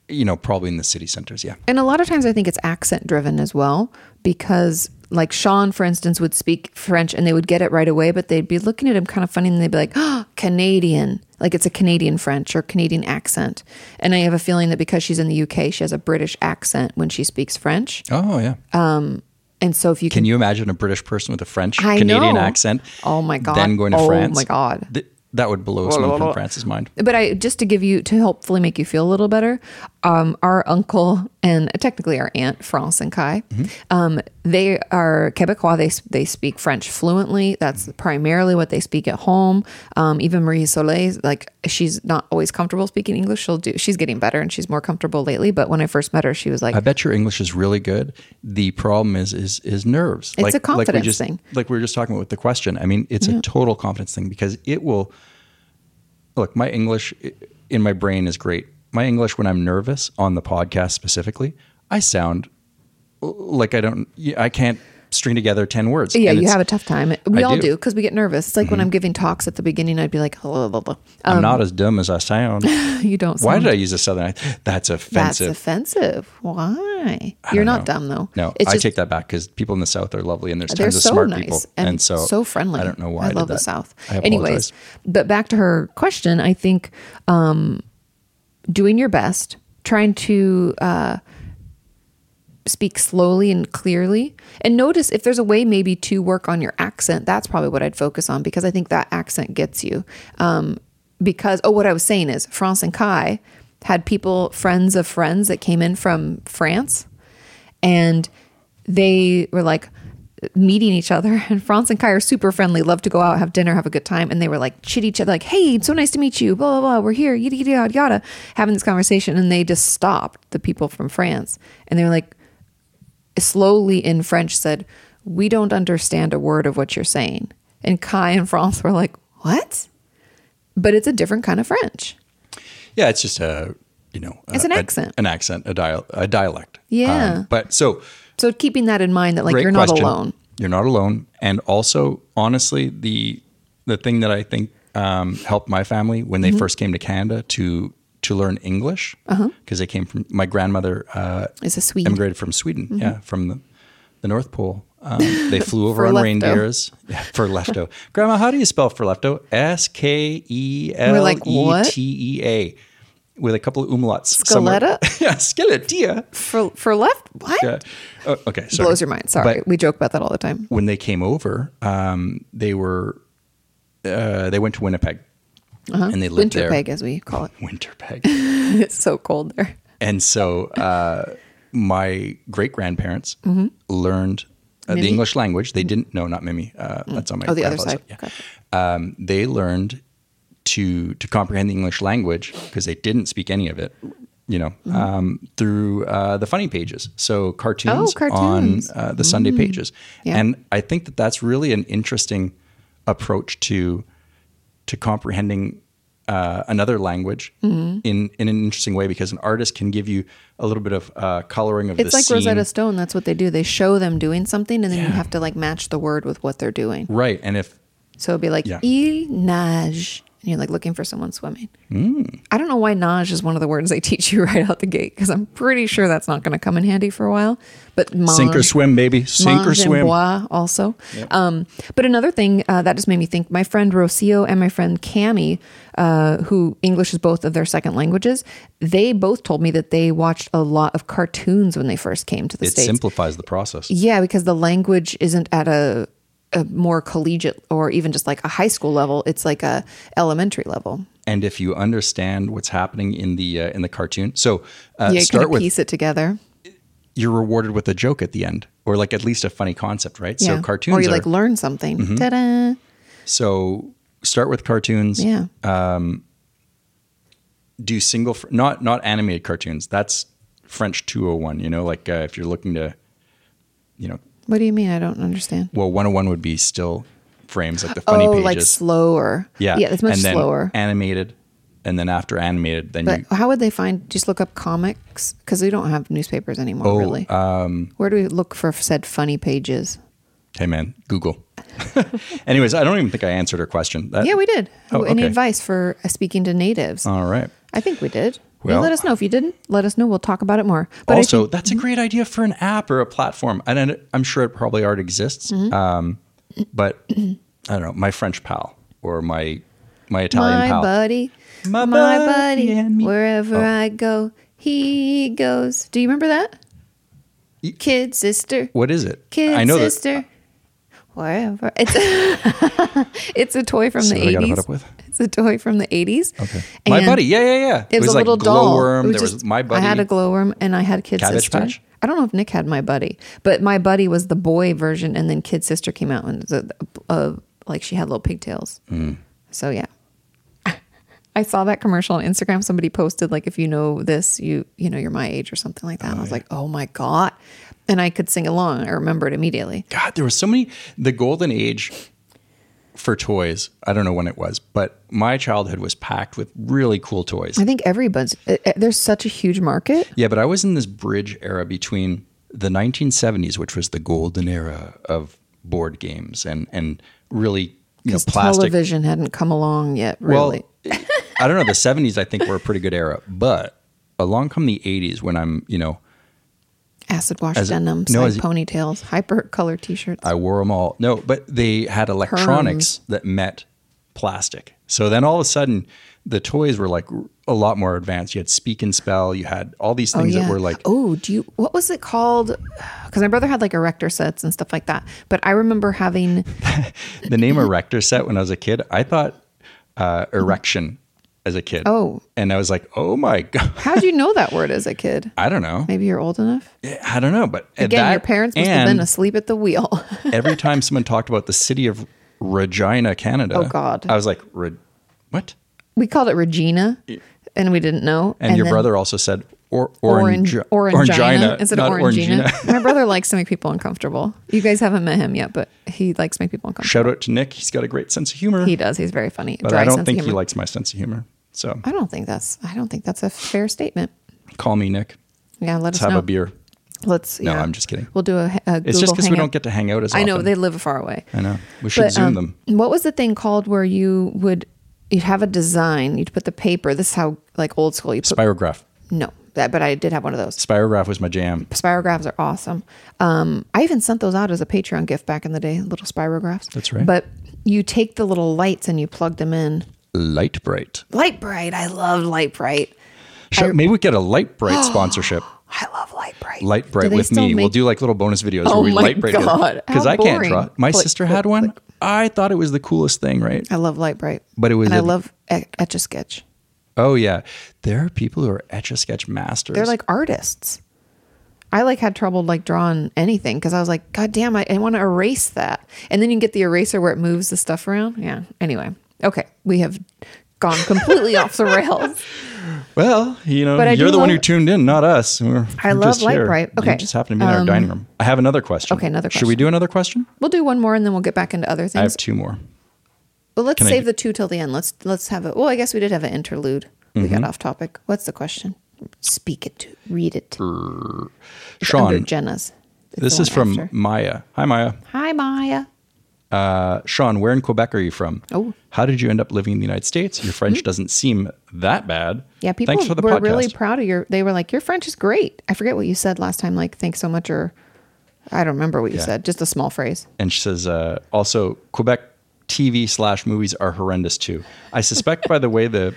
you know, probably in the city centers. Yeah. And a lot of times I think it's accent driven as well because like Sean, for instance, would speak French and they would get it right away, but they'd be looking at him kind of funny and they'd be like, oh, Canadian. Like it's a Canadian French or Canadian accent. And I have a feeling that because she's in the UK, she has a British accent when she speaks French. Oh, yeah. Um, And so if you can, Can you imagine a British person with a French I Canadian know. accent? Oh my God. Then going to Oh France. my God. Th- that would blow someone from France's mind. but I just to give you to hopefully make you feel a little better. Um, our uncle and technically our aunt France and Kai, Mm-hmm. um, they are Quebecois. They they speak French fluently. That's primarily what they speak at home. Um, even Marie Soleil, like she's not always comfortable speaking English. She'll do. She's getting better and she's more comfortable lately. But when I first met her, she was like, I bet your English is really good. The problem is is is nerves. It's a like we confidence just, thing. Like we were just talking about with the question. I mean, it's a total confidence thing because it will. Look, my English i- in my brain is great. My English when I'm nervous on the podcast specifically, I sound l- like I don't. y- I can't string together 10 words. Yeah, And you it's- have a tough time. I We all do. Mm-hmm. do because we get nervous. It's like when I'm giving talks at the beginning, I'd be like, blah, blah, blah. I'm not as dumb as I sound. you don't. Why sound- did I use a southern accent? That's That's offensive. offensive. Why? I You're don't not know. dumb though. No, it's I just, take that back because people in the South are lovely and there's they're tons of so smart nice people. and, And, so, so friendly. I don't know why I I, love did the that. South. I apologize. Anyways, but back to her question. I think um, doing your best, trying to uh, speak slowly and clearly, and notice if there's a way maybe to work on your accent. That's probably what I'd focus on because I think that accent gets you. Um, because oh, what I was saying is France and Kai had people, friends of friends that came in from France and they were like meeting each other and France and Kai are super friendly, love to go out, have dinner, have a good time. And they were like chit each other, like, hey, it's so nice to meet you, blah, blah, blah, we're here, yada, yada, yada, yada, having this conversation. And they just stopped the people from France. And they were like, slowly in French said, we don't understand a word of what you're saying. And Kai and France were like, what? But it's a different kind of French. Yeah, it's just a, you know, a- It's an a- accent. an accent, a, dial, a dialect. Um, Yeah. but so So keeping that in mind that like great you're question. not alone. You're not alone. And also, honestly, the the thing that I think um, helped my family when they Mm-hmm. first came to Canada to to learn English Uh-huh. because they came from my grandmother uh, It's a sweet emigrated from Sweden. Mm-hmm. Yeah, from the, the North Pole. Um, they flew over For on lefto. reindeers Yeah, for lefto. Grandma, how do you spell for lefto? S K E L like, E "What?" T E A, with a couple of umlauts. somewhere. Skeletta? yeah, skeletia. for for left. What? Yeah. Oh, okay, sorry. blows your mind. Sorry, But- we joke about that all the time. when they came over, um, they were uh, they went to Winnipeg Uh-huh. and they lived Winter peg, there. as we call it. Winterpeg. It's so cold there. and so uh, my great grandparents learned uh, the Mm-hmm. Mimi? English language. They didn't. No, not Mimi. Uh, That's on my. Oh, the other grandfather's side. Yeah. Um, they learned to to comprehend the English language because they didn't speak any of it. You know, Mm-hmm. um, through uh, the funny pages, so cartoons, Oh, cartoons. Mm. on uh, the Sunday pages, Yeah. and I think that that's really an interesting approach to to comprehending uh, another language Mm-hmm. in in an interesting way because an artist can give you a little bit of uh, coloring of It's the like scene. Rosetta Stone. That's what they do. They show them doing something, and then you Yeah. have to like match the word with what they're doing. right? And if So it'd be like Yeah. il nage, and you're like looking for someone swimming. Mm. I don't know why nage is one of the words they teach you right out the gate because I'm pretty sure that's not going to come in handy for a while. But mange, sink or swim, baby, sink or Mange and swim. Bois also. Um, but another thing uh, that just made me think my friend Rocio and my friend Cami, uh, who English is both of their second languages, they both told me that they watched a lot of cartoons when they first came to the It States. simplifies the process. Yeah, because the language isn't at a, a more collegiate or even just like a high school level, it's like a elementary level. And if you understand what's happening in the uh, in the cartoon, so uh, yeah, you start kind of with piece it together. you're rewarded with a joke at the end, or like at least a funny concept, right? Yeah. So cartoons or you are Mm-hmm. Uh, like learn something. Ta-da. so start with cartoons. Yeah. do single fr- not not animated cartoons that's french 201 you know like uh, if you're looking to you know what do you mean? I don't understand. well 101 would be still frames like the funny oh, pages like slower. yeah yeah, it's much and then slower. animated and then after animated then but you how would they find? Just look up comics because we don't have newspapers anymore. oh really, um where do we look for said funny pages? hey man google anyways i don't even think i answered her question That- Yeah, we did. Oh, Any okay. advice for uh, speaking to natives? all right I think we did. You Well- let us know if you didn't. Let us know. We'll talk about it more. But I also think- mm-hmm. that's a great idea for an app or a platform and I- i'm sure it probably already exists Mm-hmm. um but i don't know my french pal or my my italian my pal buddy, My buddy buddy, and me. wherever Oh. I go, he goes. Do you remember that? Y- Kid sister, What is it? kid I know sister. Wherever it's it's a toy from that. the So I got to put eighties. up with. It's a toy from the eighties. Okay. My buddy. Yeah, yeah, yeah. It was, a little doll. glowworm. It there was just- my buddy. I had a glowworm and I had kid Cabbage sister. Patch? I don't know if Nick had my buddy, but my buddy was the boy version, and then kid sister came out and the, uh, like she had little pigtails. Mm. So yeah, I saw that commercial on Instagram. Somebody posted like, if you know this, you you know you're my age or something like that. and I was like, oh my god, and I could sing along. I remember it immediately. God, there was so many. The golden age for toys. I don't know when it was, but my childhood was packed with really cool toys. eh, I think everybody's uh, uh, there's such a huge market. Yeah, but I was in this bridge era between the 1970s, which was the golden era of board games and and really you know 'Cause plastic. television hadn't come along yet, really. Well, I don't know. The 70s, I think, were a pretty good era, but along come the 80s when I'm you know Acid wash as a- denim, no, side as Uh, a- ponytails, hyper color t-shirts. I wore them all. No, but they had electronics that met plastic. So then all of a sudden, the toys were like a lot more advanced. You had speak and spell. You had all these things that were like oh do you what was it called because my brother had like erector sets and stuff like that but i remember having the name erector set when I was a kid. I thought uh, erection as a kid. Oh. and I was like, oh my god, how do you know that word as a kid I don't know, maybe you're old enough I don't know. But again your parents must have been asleep at the wheel every time someone talked about the city of Regina, Canada. Oh, God. I was like, Re- what? we called it regina and we didn't know And, your then brother also said or, orange orange, orangina instead of not orangina my brother likes to make people uncomfortable you guys haven't met him yet but he likes to make people uncomfortable Shout out to Nick. He's got a great sense of humor, he does he's very funny but dry I don't sense think of he humor. likes my sense of humor. So i don't think that's i don't think that's a fair statement call me Nick. yeah let Let's us have know. a beer. let's No, yeah. I'm just kidding. we'll do a, a It's just because we don't get to hang out as I know often. they live far away. I know. We should zoom um, them. What was the thing called where you would you'd have a design, you'd put the paper. This is how like old school. You put Spirograph. no, that, but I did have one of those. Spirograph was my jam. Spirographs are awesome. Um, I even sent those out as a Patreon gift back in the day, little spirographs. That's right. But you take the little lights and you plug them in. Light bright. Light bright, I love light bright. Should- maybe we get a light bright sponsorship. I love light bright. Light Do bright they with still me. we'll make- do like little bonus videos Oh where we my light bright God, because how I can't boring. draw. My Click, sister click, Oh. had one. I thought it was the coolest thing, right? I love light bright, But it was And I a- love E-, etch a sketch. Oh yeah, there are people who are etch a sketch masters. they're like artists. I like had trouble like drawing anything because I was like, God damn, I, I want to erase that. And then you get the eraser where it moves the stuff around. Yeah. Anyway, okay, we have gone completely off the rails. well, you know, But I you're do the one love- who tuned in, not us. We're, I we're love just light here. bright. You Okay, um, just happen to be in our dining room. I have another question. okay, another Should we question. do another question? We'll do one more and then we'll get back into other I have things. two more. But let's can I save do- the two till the end. Let's let's have it. Well, I guess we did have an interlude. We Mm-hmm. got off topic. What's the question? Speak it. to- Read it. It's under Sean, Jenna's. It's this the is one from after. Maya. Hi, Maya. Hi Maya. Uh, Sean, where in Quebec are you from? Oh. Mm-hmm. How did you end up living in the United States? Your French doesn't seem that bad. Yeah, people Thanks for the were podcast. really proud of your. They were like, "Your French is great." I forget what you said last time. Like, thanks so much, or I don't remember what you Yeah. said. Just a small phrase. and she says, uh, also, Quebec TV slash movies are horrendous too. I suspect by the way the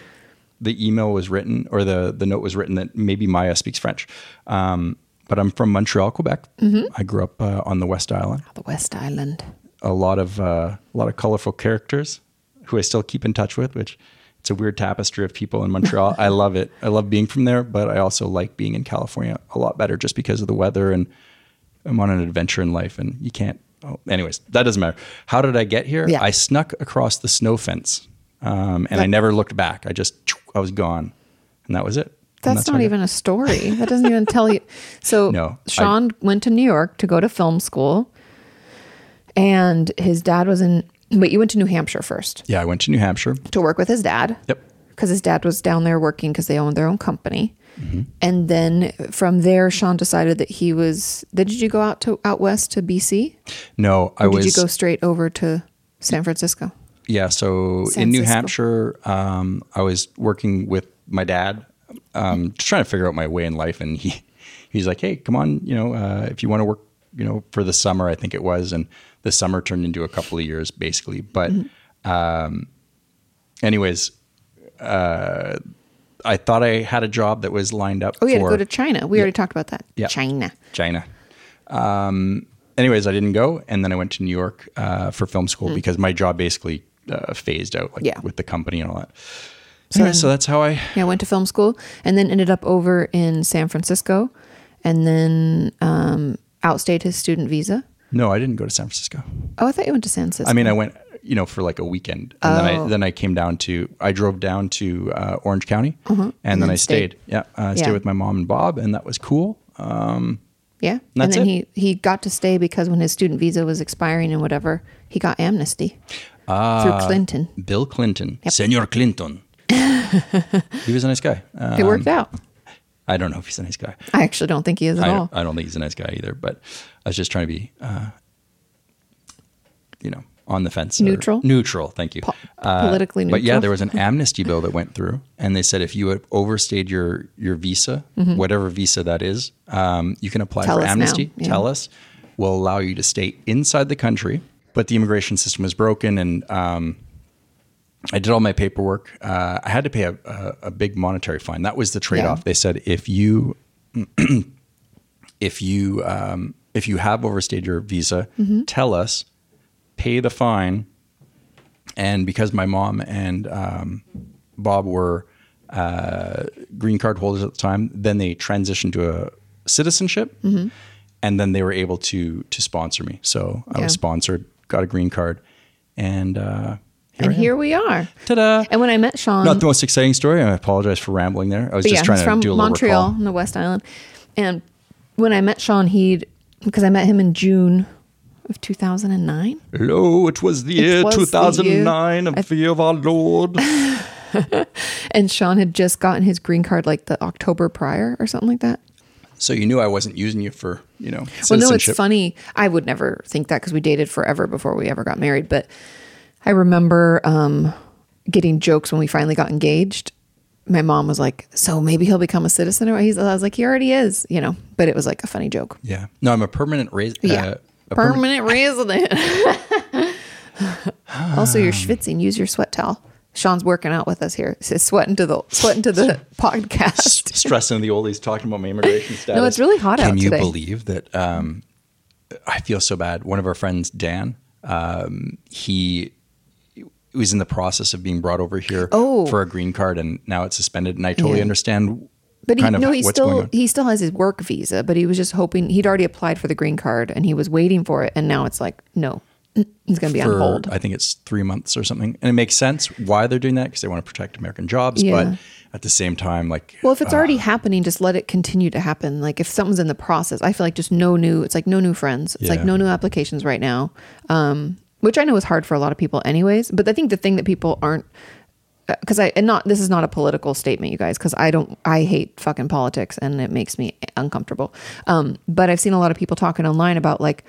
the email was written or the, the note was written that maybe Maya speaks French. Um, but I'm from Montreal, Quebec. Mm-hmm. I grew up uh, on the West Island. The West Island. A lot of uh, a lot of colorful characters who I still keep in touch with, which it's a weird tapestry of people in Montreal. I love it. I love being from there, but I also like being in California a lot better just because of the weather and I'm on an adventure in life and you can't. Oh, anyways, that doesn't matter. How did I get here? Yeah. I snuck across the snow fence um, and I never looked back. I just, I was gone. And that was it. And That's, how not I got- even a story. That doesn't even tell you. So No, I- Sean went to New York to go to film school, and his dad was in. Wait, you went to New Hampshire first Yeah, I went to New Hampshire. to work with his dad. Yep. because his dad was down there working because they owned their own company. Mm-hmm. And then from there, Sean decided that he was. Did you go out to out west to BC? No, I Did was. you go straight over to San Francisco? yeah so San in new Francisco. hampshire um, i was working with my dad um, just trying to figure out my way in life and he he's like hey come on you know uh, if you want to work you know for the summer i think it was and the summer turned into a couple of years basically but um, Mm-hmm. anyways uh, i thought i had a job that was lined up Oh, you had to for go to China. We already talked about that. Yeah. China. China. Um, anyways, I didn't go, and then I went to New York uh, for film school because my job basically uh, phased out, like Hmm. Yeah. Hmm. with the company and all that. Anyway, so that's how I. Yeah, went to film school and then ended up over in San Francisco, and then um, outstayed his student visa. No, I didn't go to San Francisco. Oh, I thought you went to San Francisco. I mean, I went, you know, for like a weekend, and then Oh. I then I came down to. I drove down to uh, Orange County, and, then, Uh-huh. then I stayed. stayed. Yeah, I Yeah. stayed with my mom and Bob, and that was cool. yeah, and that's then it. he he got to stay because when his student visa was expiring and whatever, he got amnesty Ah. through Clinton. Bill Clinton, Senor Clinton. he was a nice guy. Uh, It worked out. I don't know if he's a nice guy. I actually don't think he is at I all. don't, uh, I don't think he's a nice guy either, but I was just trying to be, uh, you know, on the fence. or- Neutral? neutral. Thank you. Uh, Po- politically But yeah, neutral. there was an amnesty bill that went through, and they said if you have overstayed your your visa, whatever visa that is, um, you can apply Mm-hmm. Tell for us now. amnesty. Yeah. Tell us. We'll allow you to stay inside the country, but the immigration system is broken, and um, I did all my paperwork. Uh, I had to pay a, a, a big monetary fine. That was the trade off. Yeah. They said if you if you um, if you have overstayed your visa, Mm-hmm. tell us, pay the fine. And because my mom and um, Bob were uh, green card holders at the time, then they transitioned to a citizenship, Mm-hmm. and then they were able to to sponsor me. So I Yeah. was sponsored, got a green card, and uh, here and I am. here we are. Ta-da! And when I met Sean, Not the most exciting story. I apologize for rambling there. I was but just yeah, trying he's to from do a Montreal, little recall. in the West Island. And when I met Sean, he'd because I met him in June of 2009. Hello, it was the year was the year- 2009 of the year of our Lord. And Sean had just gotten his green card like the October prior or something like that. so you knew I wasn't using you for, you know, Well, no, it's citizenship. funny. I would never think that because we dated forever before we ever got married. But I remember um, getting jokes when we finally got engaged. My mom was like, "So maybe he'll become a citizen." Or he's, I was like, "He already is," you know. But it was like a funny joke. Yeah. No, I'm a permanent raise. Yeah. Uh, a permanent. Permanent resident. also, you're schwitzing. Use your sweat towel. Sean's working out with us here. He's sweating to the sweating to the podcast. stressing the oldies talking about my immigration status. it's really hot Can out you today. believe that? Um, I feel so bad. One of our friends, Dan, um, he was in the process of being brought over here Oh. for a green card, and now it's suspended. And I totally Yeah. understand. But he, kind of no, he what's going still on. he still has his work visa, but he was just hoping he'd already applied for the green card and he was waiting for it, and now it's like no, he's going to be for on hold. I think it's three months or something, and it makes sense why they're doing that because they want to protect American jobs, Yeah. but at the same time, like uh, Well, if it's already happening, just let it continue to happen. Like if something's in the process, I feel like just no new. It's like no new friends. It's like Yeah. no new applications right now, um, which I know is hard for a lot of people, anyways. But I think the thing that people aren't because I and not this is not a political statement, you guys, because I don't I hate fucking politics and it makes me uncomfortable. Um, but I've seen a lot of people talking online about like,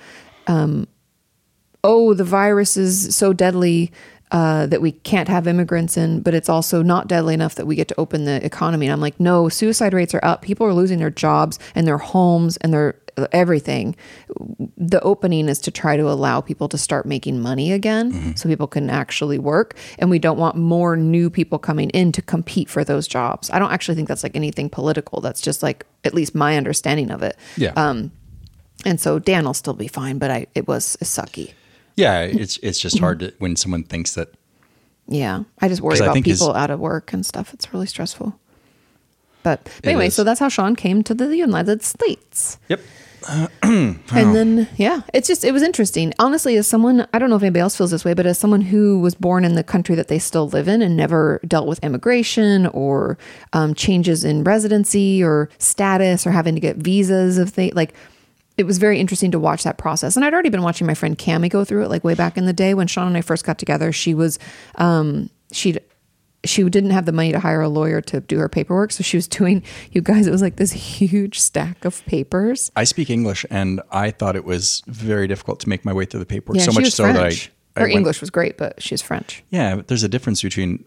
um, oh, the virus is so deadly. Uh, that we can't have immigrants in, but it's also not deadly enough that we get to open the economy. And I'm like, no, suicide rates are up. People are losing their jobs and their homes and their everything. The opening is to try to allow people to start making money again so people can actually work. And we don't want more new people coming in to compete for those jobs. I don't actually think that's like anything political. That's just like, at least my understanding of it. Um, yeah, And so Dan will still be fine, but I, it was sucky. yeah, it's it's Mm-hmm. just hard to, when someone thinks that Yeah, I just worry 'Cause I about think his- people out of work and stuff. It's really stressful. But, but It anyway, is. so that's how Sean came to the United States. yep, And then, yeah, it's just, it was interesting. Honestly, as someone, I don't know if anybody else feels this way, but as someone who was born in the country that they still live in and never dealt with immigration or um, changes in residency or status or having to get visas of things, like, it was very interesting to watch that process. And I'd already been watching my friend Cammie go through it, like, way back in the day when Sean and I first got together. She was, um, she'd, she didn't have the money to hire a lawyer to do her paperwork. So she was doing, you guys, it was like this huge stack of papers. I speak English, and I thought it was very difficult to make my way through the paperwork. Yeah, so she much was so French. that I, I her went- English was great, but she's French. Yeah, but there's a difference between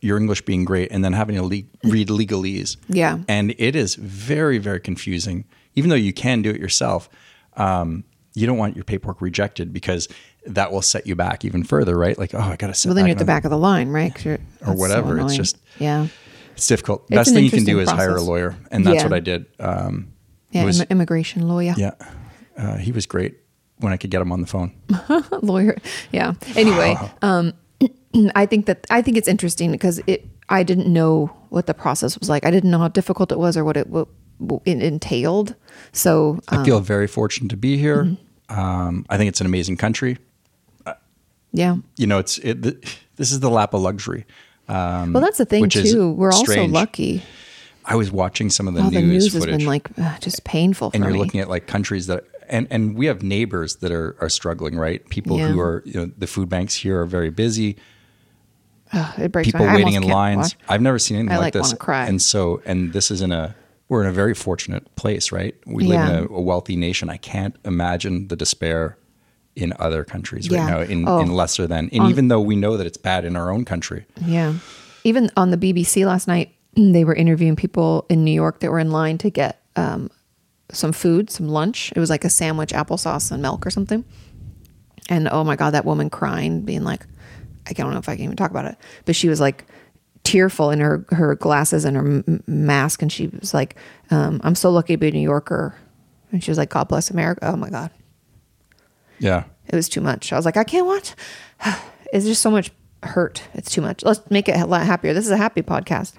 your English being great and then having to le- read legalese. Yeah. and it is very very confusing. Even though you can do it yourself, um, you don't want your paperwork rejected because that will set you back even further, right? Like, oh, I got to sit. Well, then back you're at the on- back of the line, right? 'Cause you're- that's so whatever. It's annoying. just- yeah, It's difficult. Best an thing you can do is interesting hire a process. lawyer, and that's Yeah. what I did. Um, yeah. was- Im- immigration lawyer, yeah, uh, he was great when I could get him on the phone. lawyer. Yeah. Anyway, um, I think that I think it's interesting because it. I didn't know what the process was like. I didn't know how difficult it was or what it what, what it entailed. So uh, I feel very fortunate to be here. Mm-hmm. Um, I think it's an amazing country. yeah. You know, it's it, th- this is the lap of luxury. Um, Well, that's the thing which is too. We're also strange. lucky. I was watching some of the All news, the news has footage, been like ugh, just painful for and you're me. looking at like countries that, and and we have neighbors that are are struggling, right? People Yeah. who are you know the food banks here are very busy. Ugh, it breaks my People heart. I waiting almost in can't lines. watch. I've never seen anything I, like, like, this. wanna cry. And so, and this is in a we're in a very fortunate place, right? We Yeah. live in a, a wealthy nation. I can't imagine the despair in other countries Yeah. right now, in, Oh. in lesser than. And even though we know that it's bad in our own country, Yeah. Even on the BBC last night, they were interviewing people in New York that were in line to get um, some food, some lunch. It was like a sandwich, applesauce, and milk or something. And oh my God, that woman crying, being like, I don't know if I can even talk about it, but she was like tearful in her, her glasses and her m- mask. And she was like, um, I'm so lucky to be a New Yorker. And she was like, God bless America. Oh my God yeah, it was too much. I was like, I can't watch. it's just so much hurt. It's too much. Let's make it a lot happier. This is a happy podcast.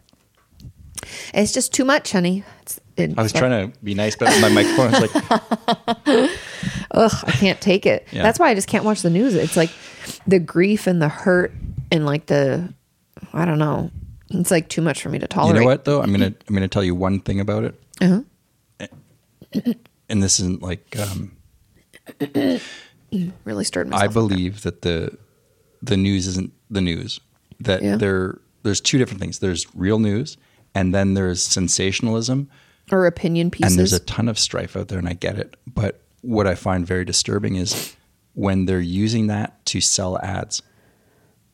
It's just too much, honey. It's, it, I was trying to be nice, but my microphone was like, Ugh, I can't take it. Yeah. That's why I just can't watch the news. It's like the grief and the hurt and like the, I don't know. It's like too much for me to you tolerate. know what though? I'm gonna I'm gonna tell you one thing about it, Uh-huh. and this isn't like um, Really stirred I myself. believe that the the news isn't the news. That Yeah. there there's two different things. There's real news, and then there's sensationalism, or opinion and there's pieces. a ton of strife out there, and I get it. But what I find very disturbing is when they're using that to sell ads.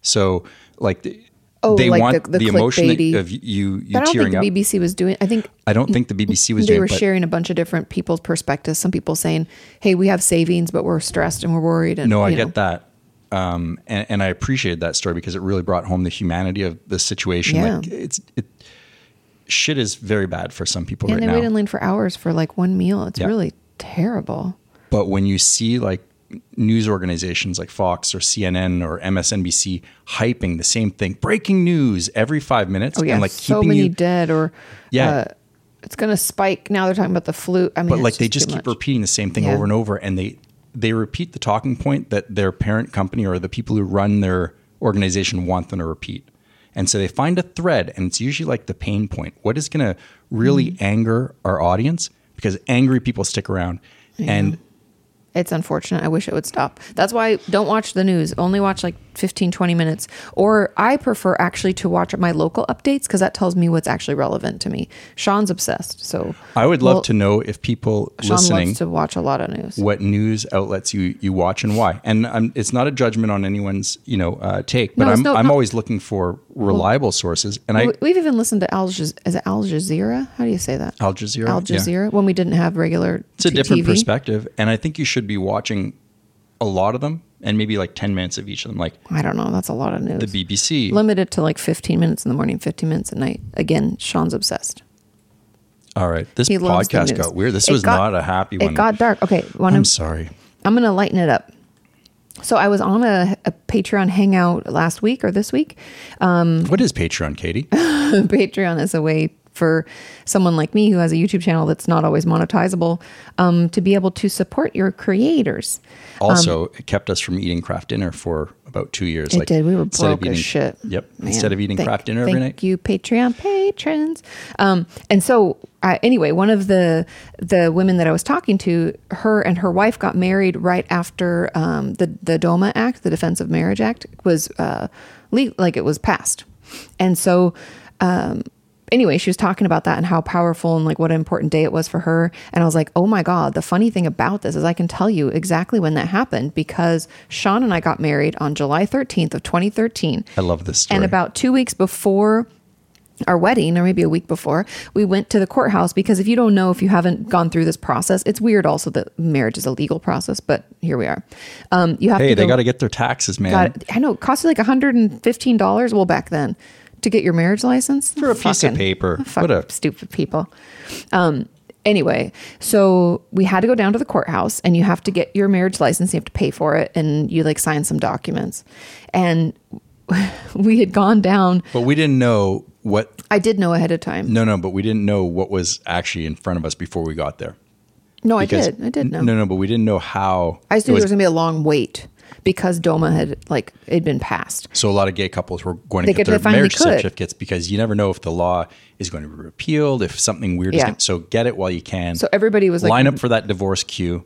So, like, the, Oh, they like want the- the the, emotion clickbaity. that, of you you but I don't tearing think the up. BBC was doing. I think I don't think the BBC was they doing. were but- sharing a bunch of different people's perspectives. Some people saying, "Hey, we have savings, but we're stressed and we're worried." And No, I you get know. that. Um, and, and I appreciated that story because it really brought home the humanity of the situation. Yeah. Like it's it shit is very bad for some people And right they now. wait in line for hours for like one meal. It's Yeah. really terrible. But when you see like news organizations like Fox or CNN or MSNBC hyping the same thing, breaking news every five minutes, Oh yeah, and like so keeping many you, dead or Yeah. uh, it's gonna spike. Now they're talking about the flu. I mean, but it's like they just too keep much. repeating the same thing Yeah. over and over, and they they repeat the talking point that their parent company or the people who run their organization want them to repeat. And so they find a thread, and it's usually like the pain point. What is going to really Mm-hmm. anger our audience? Because angry people stick around, and It's unfortunate. I wish it would stop. That's why don't watch the news. Only watch like 15, 20 minutes. Or I prefer actually to watch my local updates because that tells me what's actually relevant to me. Sean's obsessed, so I would love Well, to know if people Sean listening loves to watch a lot of news. what news outlets you you watch and why. And i it's not a judgment on anyone's you know uh, take, but No, it's I'm no- I'm no. always looking for reliable sources. And I We- We've even listened to Al Jaz- is it Al Jazeera. How do you say that? Al Jazeera, Al yeah. Jazeera. When we didn't have regular, it's a different TV. perspective, and I think you should be watching a lot of them and maybe like ten minutes of each of them, like I don't know. That's a lot of news. the BBC. Limited to like 15 minutes in the morning, 15 minutes at night. Again, Sean's obsessed. All right, this He loves the podcast news. got weird. This It was got- not a happy It one. got dark. Okay, one I'm of, sorry. I'm going to lighten it up. So I was on a, a Patreon hangout last week or this week. What is Patreon, Katie? Um, Patreon is a way for someone like me who has a YouTube channel that's not always monetizable um, to be able to support your creators. Also, it kept us from eating craft dinner for about two years. It did. We were instead of broke as eating- shit. Yep. Man, instead of eating thank- craft dinner every thank night. you, Patreon patrons. Um, and so, I, anyway, one of the the women that I was talking to, her and her wife got married right after um, the the DOMA Act, the Defense of Marriage Act, was uh, le- like it was passed, and so. Um, Anyway, she was talking about that and how powerful and like what an important day it was for her. And I was like, oh my God, the funny thing about this is I can tell you exactly when that happened because Sean and I got married on July 13th of 2013. I love this story. And about two weeks before our wedding, or maybe a week before, we went to the courthouse because if you don't know, if you haven't gone through this process, it's weird also that marriage is a legal process, but here we are. Um, you have hey, to they go- got to get their taxes, man. got- I know it cost you like $115. Well, back then to get your marriage license For a piece of paper. Fuck What a- stupid people. Um, anyway, so we had to go down to the courthouse and you have to get your marriage license. You have to pay for it and you like sign some documents. And we had gone down. But we didn't know what I did know ahead of time. No, no, but we didn't know what was actually in front of us before we got there. No, I Because- did. I did know. No, no, but we didn't know how. I just knew it was- there was gonna be a long wait because DOMA had like it had been passed. so a lot of gay couples were going They to get could- they their finally marriage could. certificates because you never know if the law is going to be repealed, if something weird is Yeah. going to. So get it while you can. So everybody was like line up for that divorce queue.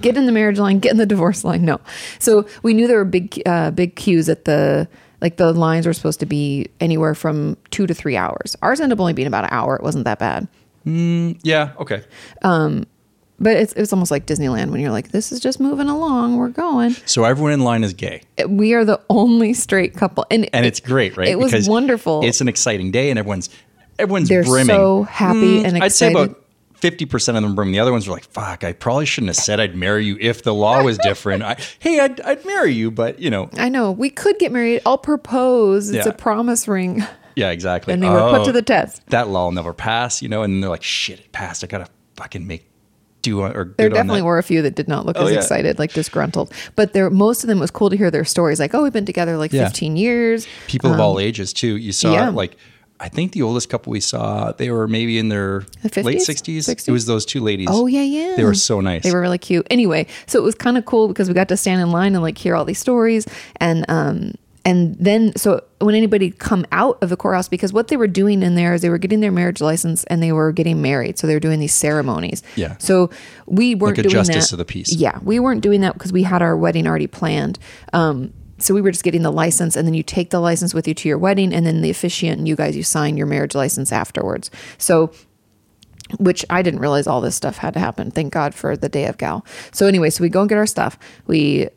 get in the marriage line, get in the divorce line. No. So we knew there were big, uh, big queues at the, like the lines were supposed to be anywhere from two to three hours. Ours ended up only being about an hour. It wasn't that bad. Yeah. Okay. But it's it's almost like Disneyland when you're like, this is just moving along, we're going. So everyone in line is gay, We are the only straight couple, and and it's great, right? It was wonderful. It's an exciting day, and everyone's everyone's They're brimming. Mm, so happy and excited. I'd say about fifty percent of them brim. The other ones are like, "Fuck, I probably shouldn't have said I'd marry you if the law was different." I, hey, I'd, I'd marry you, but you know, I know we could get married. I'll propose. It's Yeah. a promise ring, yeah, exactly. and they were put Oh, to the test. That law will never pass, you know. And they're like, "Shit, it passed. I gotta fucking make do on, or good There on definitely that." Oh, were a few that did not look as yeah. excited, like disgruntled. But there, most of them it was cool to hear their stories. Like, oh, we've been together like Yeah. 15 years. people of all ages too. You saw Um, yeah. like I think the oldest couple we saw, they were maybe in their The 50s? late sixties. 60s? It was those two ladies. Oh yeah, yeah. They were so nice. They were really cute. Anyway, so it was kind of cool because we got to stand in line and like hear all these stories and um and then so when anybody come out of the courthouse because what they were doing in there is they were getting their marriage license and they were getting married. So they were doing these ceremonies. Yeah. So we weren't Like a doing justice that. of the peace. Yeah, we weren't doing that because we had our wedding already planned. Um so we were just getting the license and then you take the license with you to your wedding and then the officiant and you guys you sign your marriage license afterwards. So which I didn't realize all this stuff had to happen. Thank God for the day of Gal. So anyway, so we go and get our stuff. We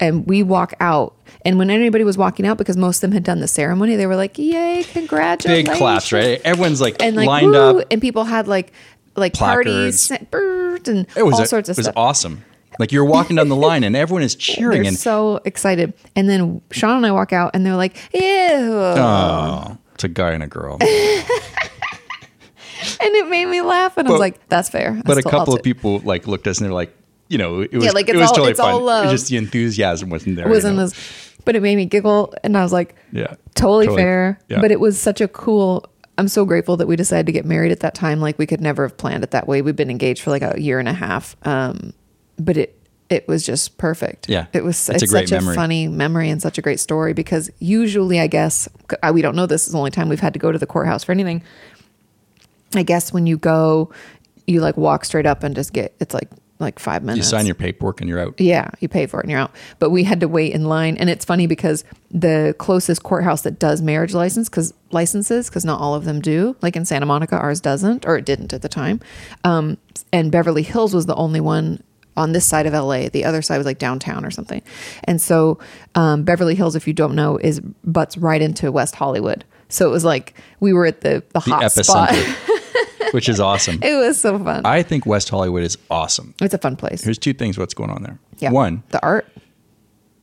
and we walk out. And when anybody was walking out, because most of them had done the ceremony, they were like, "Yay, congratulations!" Big claps, right? Everyone's like, And like lined woo, up. and people had like like Placards. parties, sent- brrrt, and It was all a- sorts of It was stuff. awesome. Like you're walking down the line and everyone is They're cheering and so excited. And then Sean and I walk out, and they're like, "Ew!" oh, it's a guy and a girl. and it made me laugh. And I was But- like, "That's fair." I But a still- I'll couple take- of people like looked at us and they're like, you know, it was like, it it's was all- totally it's fun. all It love. was just the enthusiasm wasn't there. you wasn't know? as, but it made me giggle, and I was like, yeah, totally, fair. yeah. But it was such a cool. I'm so grateful that we decided to get married at that time. Like we could never have planned it that way. We've been engaged for like a year and a half. Um, but it it was just perfect. Yeah. it was. It's, It's a great such memory. a funny memory and such a great story because usually, I guess, I, we don't know. This is the only time we've had to go to the courthouse for anything. I guess when you go, you like walk straight up and just get. It's like like five you minutes. sign your paperwork and you're out. Yeah, you pay for it and you're out. But we had to wait in line, and it's funny because the closest courthouse that does marriage license, because licenses, because not all of them do. Like in Santa Monica, ours doesn't, or it didn't at the time. Um, and Beverly Hills was the only one on this side of LA. The other side was like downtown or something. And so um, Beverly Hills, if you don't know, is butts right into West Hollywood. So it was like we were at the The the, hot spot. epicenter, which is awesome. It was so fun. I think West Hollywood is awesome. it's a fun place. Here's two things. What's going on there? Yeah. One, the art.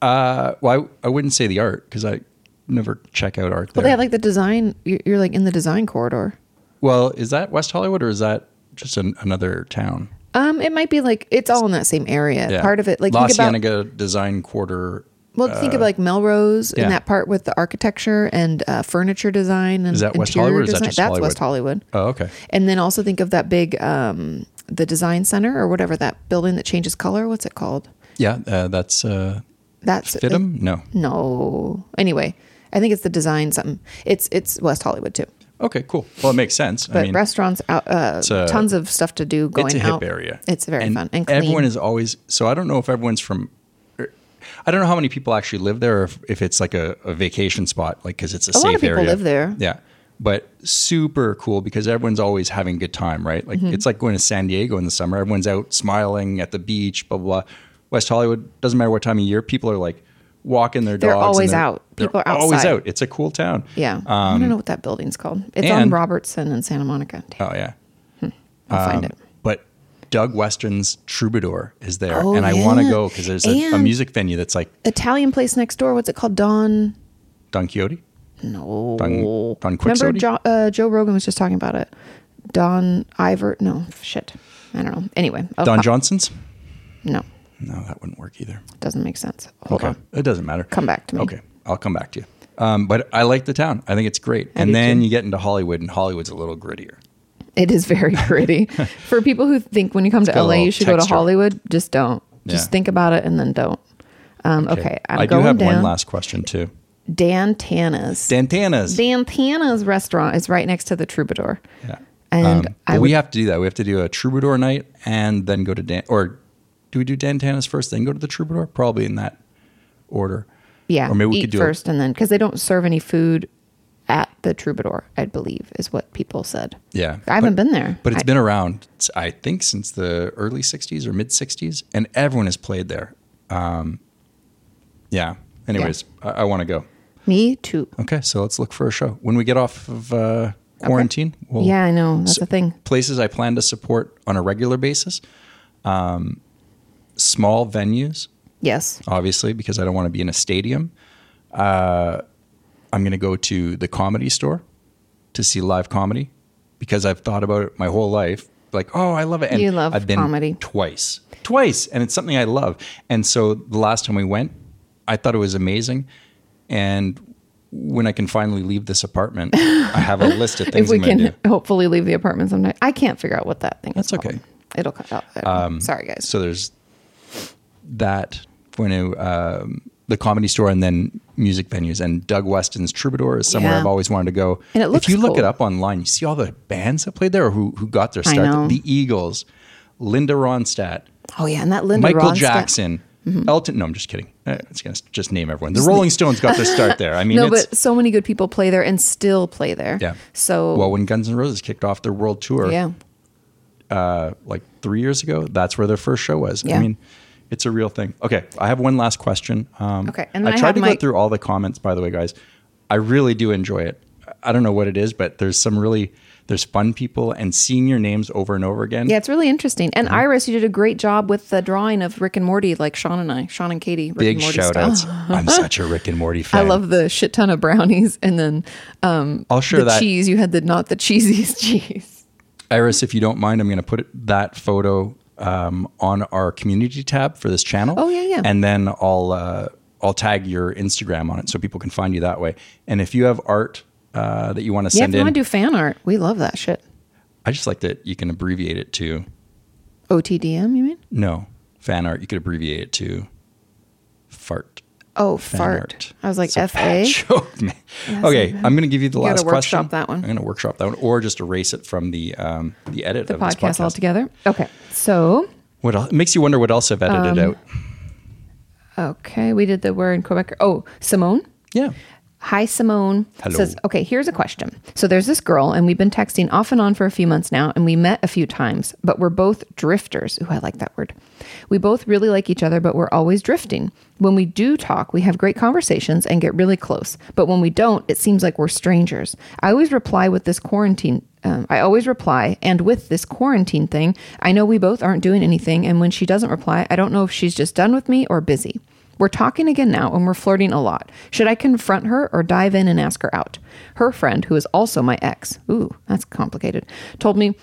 well, I, I wouldn't say the art because I never check out art Well, there. they had like the design. You're, you're like in the design corridor. well, is that West Hollywood or is that just an, another town? Um, it might be like it's all in that same area. Part of it, like La think about Cienega Design Quarter. well, think of like Melrose and uh, yeah. that part with the architecture and uh, furniture design and Is that West interior Hollywood or is that design. just That's Hollywood? West Hollywood. Oh, okay. And then also think of that big um, the design center or whatever that building that changes color. What's it called? Yeah, uh, that's uh, That's Fidham. No. No. Anyway, I think it's the design something. It's it's West Hollywood too. Okay, cool. Well, it makes sense. But I mean, restaurants, out, uh, a- tons of stuff to do going it's a hip out. area. It's very fun and clean. everyone is always. So I don't know if everyone's from. I don't know how many people actually live there, or if, if it's like a, a vacation spot, like because it's a, lot safe of people area. live there. Yeah, but super cool because everyone's always having a good time, right? Like Mm-hmm. it's like going to San Diego in the summer. Everyone's out smiling at the beach, blah blah. blah. West Hollywood doesn't matter what time of year. People are like walking their They're dogs. and always out. they're People are always outside. out. It's a cool town. Uh, Yeah. I don't know what that building's called. It's on Um, and- Um, Robertson in Santa Monica. Damn, Oh yeah. I'll find it. but Doug Weston's Troubadour is there, Oh, and I want to yeah. go because there's a, a And- music venue that's like Italian place next door. What's it called? Don. Don Quixote. No. Don- Don Remember, Quixote? jo- uh, Joe Rogan was just talking about it. Don Ivor. No, shit. I don't know. Anyway. Oh, Don uh, Johnson's? No, No, that wouldn't work either. doesn't make sense. Hold okay, on. it doesn't matter. Come back to me. Okay, I'll come back to you. Um, but I like the town. I think it's great. do and then too. you get into Hollywood, and Hollywood's a little grittier. It is very pretty. For people who think when you come to got a LA, you little should go to texture. Hollywood, just don't. Just Yeah. think about it and then don't. Um, okay. I'm I do going have down. one last question too. Dan Tana's. Dantana's. Dan Tana's restaurant is right next to the Troubadour. yeah. And Um, I but would we have to do that. We have to do a Troubadour night, and then go to Dan. Or do we do Dantana's first, then go to the Troubadour? Probably in that order. Yeah. Or maybe we eat could do a- first and then because they don't serve any food at the Troubadour, I believe, is what people said. Yeah. I haven't But- been there. But it's I- been around, s- I think, since the early 60s or mid 60s, and everyone has played there. Um, yeah. Anyways, I, I want to go. me too. Okay. So let's look for a show. When we get off of uh, quarantine, we'll, yeah, I know. That's the thing. places I plan to support on a regular basis, um, small venues, Yes. obviously, because I don't want to be in a stadium. Uh, I'm going to go to the comedy store to see live comedy because I've thought about it my whole life. Like, oh, I love it. And You love I've been comedy. twice, twice, and it's something I love. And so the last time we went, I thought it was amazing. And when I can finally leave this apartment, I have a list of things If we I'm going to do. can hopefully leave the apartment sometime. I can't figure out what that thing That's is. called. okay. Um, It'll cut out. Sorry, guys. So there's that going to um, the comedy store and then music venues. And Doug Weston's Troubadour is somewhere Yeah. I've always wanted to go. And it looks if you look it cool. up online, you see all the bands that played there or who, who got their I start. know. The Eagles, Linda Ronstadt, Oh, yeah. And that Linda Michael Ronstadt- Mm-hmm. Jackson. Elton, no, I'm just kidding. Uh, It's gonna s- just name everyone. The Rolling Stones got their start there. I mean, No, it's, but so many good people play there and still play there. yeah. So, well, when Guns N' Roses kicked off their world tour, yeah. like three years ago. That's where their first show was. Yeah. I mean, it's a real thing. Okay, I have one last question. Um, Okay, and then I I tried have to my- go through all the comments, by the way, guys. I really do enjoy it. I don't know what it is, but there's some really there's fun people and seeing your names over and over again. Yeah, it's really interesting. And Iris, you did a great job with the drawing of Rick and Morty, like Sean and I, Sean and Katie. Rick Big and Morty shout style. outs. I'm such a Rick and Morty I fan. love the shit ton of brownies, and then um, I'll share the that. cheese. You had the not the cheesiest cheese. Iris, if you don't mind, I'm going to put it, that photo um, on our community tab for this channel. Oh, yeah, yeah. And then I'll uh, I'll tag your Instagram on it so people can find you that way. And if you have art uh, that you want to Yeah, send if you in, want to do fan art, we love that shit. I just like that you can abbreviate it to OTDM, you mean? no fan art. You could abbreviate it to fart. Oh, Fan fart. art. I was like, It's a F bad A. joke, man. okay, I'm going to give you the gotta last question. workshop that one. I'm going to workshop that one, or just erase it from the um, the edit The of this podcast podcast. altogether. Okay, so What else? It makes you wonder what else I've Um, edited out. okay, we did the we're in Quebec. Oh, Simone. Yeah. Hi, Simone. Hello. Says, okay, here's a question. So there's this girl, and we've been texting off and on for a few months now, and we met a few times, but we're both drifters. Ooh, I like that word. We both really like each other, but we're always drifting. When we do talk, we have great conversations and get really close. But when we don't, it seems like we're strangers. I always reply with this quarantine. Um, I always reply, and with this quarantine thing, I know we both aren't doing anything. And when she doesn't reply, I don't know if she's just done with me or busy. We're talking again now and we're flirting a lot. Should I confront her or dive in and ask her out? Her friend, who is also my ex, ooh, that's complicated, told me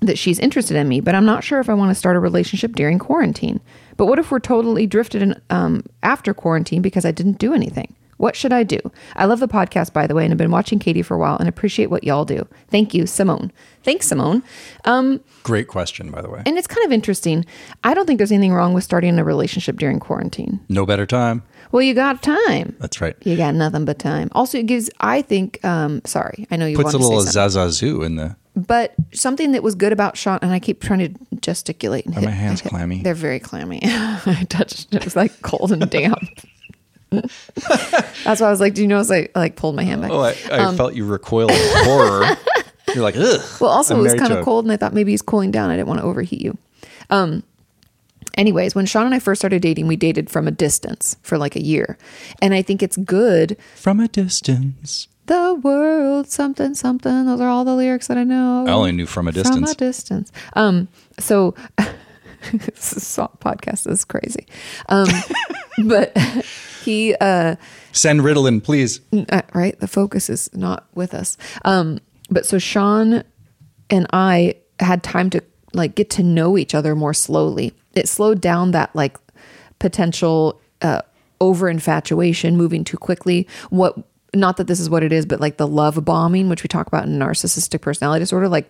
that she's interested in me, but I'm not sure if I want to start a relationship during quarantine. But what if we're totally drifted in, um, after quarantine because I didn't do anything? What should I do? I love the podcast, by the way, and have been watching Katie for a while and appreciate what y'all do. Thank you, Simone. Thanks, Simone. Great question, by the way. And it's kind of interesting. I don't think there's anything wrong with starting a relationship during quarantine. No better time. Well, you got time. That's right. You got nothing but time. Also, it gives, I think, um, sorry, I know you Puts want a to say little something, zazazoo in the. but something that was good about Sean, and I keep trying to gesticulate. And Are hit- my hands hit- clammy? They're very clammy. I touched it. It was like cold and damp. That's why I was like, do you notice I like pulled my hand back? Oh, I, I felt you recoil in horror. You're like, ugh. Um, Well, also I'm it was married kind to of a- cold, and I thought maybe he's cooling down. I didn't want to overheat you. Um, anyways, when Sean and I first started dating, we dated from a distance for like a year, and I think it's good From a distance. the world something something those are all the lyrics that i know I only knew from a distance. from a distance um so this song- podcast is crazy um but he uh Send Ritalin, please. uh, right? The focus is not with us. Um, but so Sean and I had time to like get to know each other more slowly. It slowed down that like potential uh, over infatuation, moving too quickly. What not that this is what it is, but like the love bombing, which we talk about in narcissistic personality disorder, like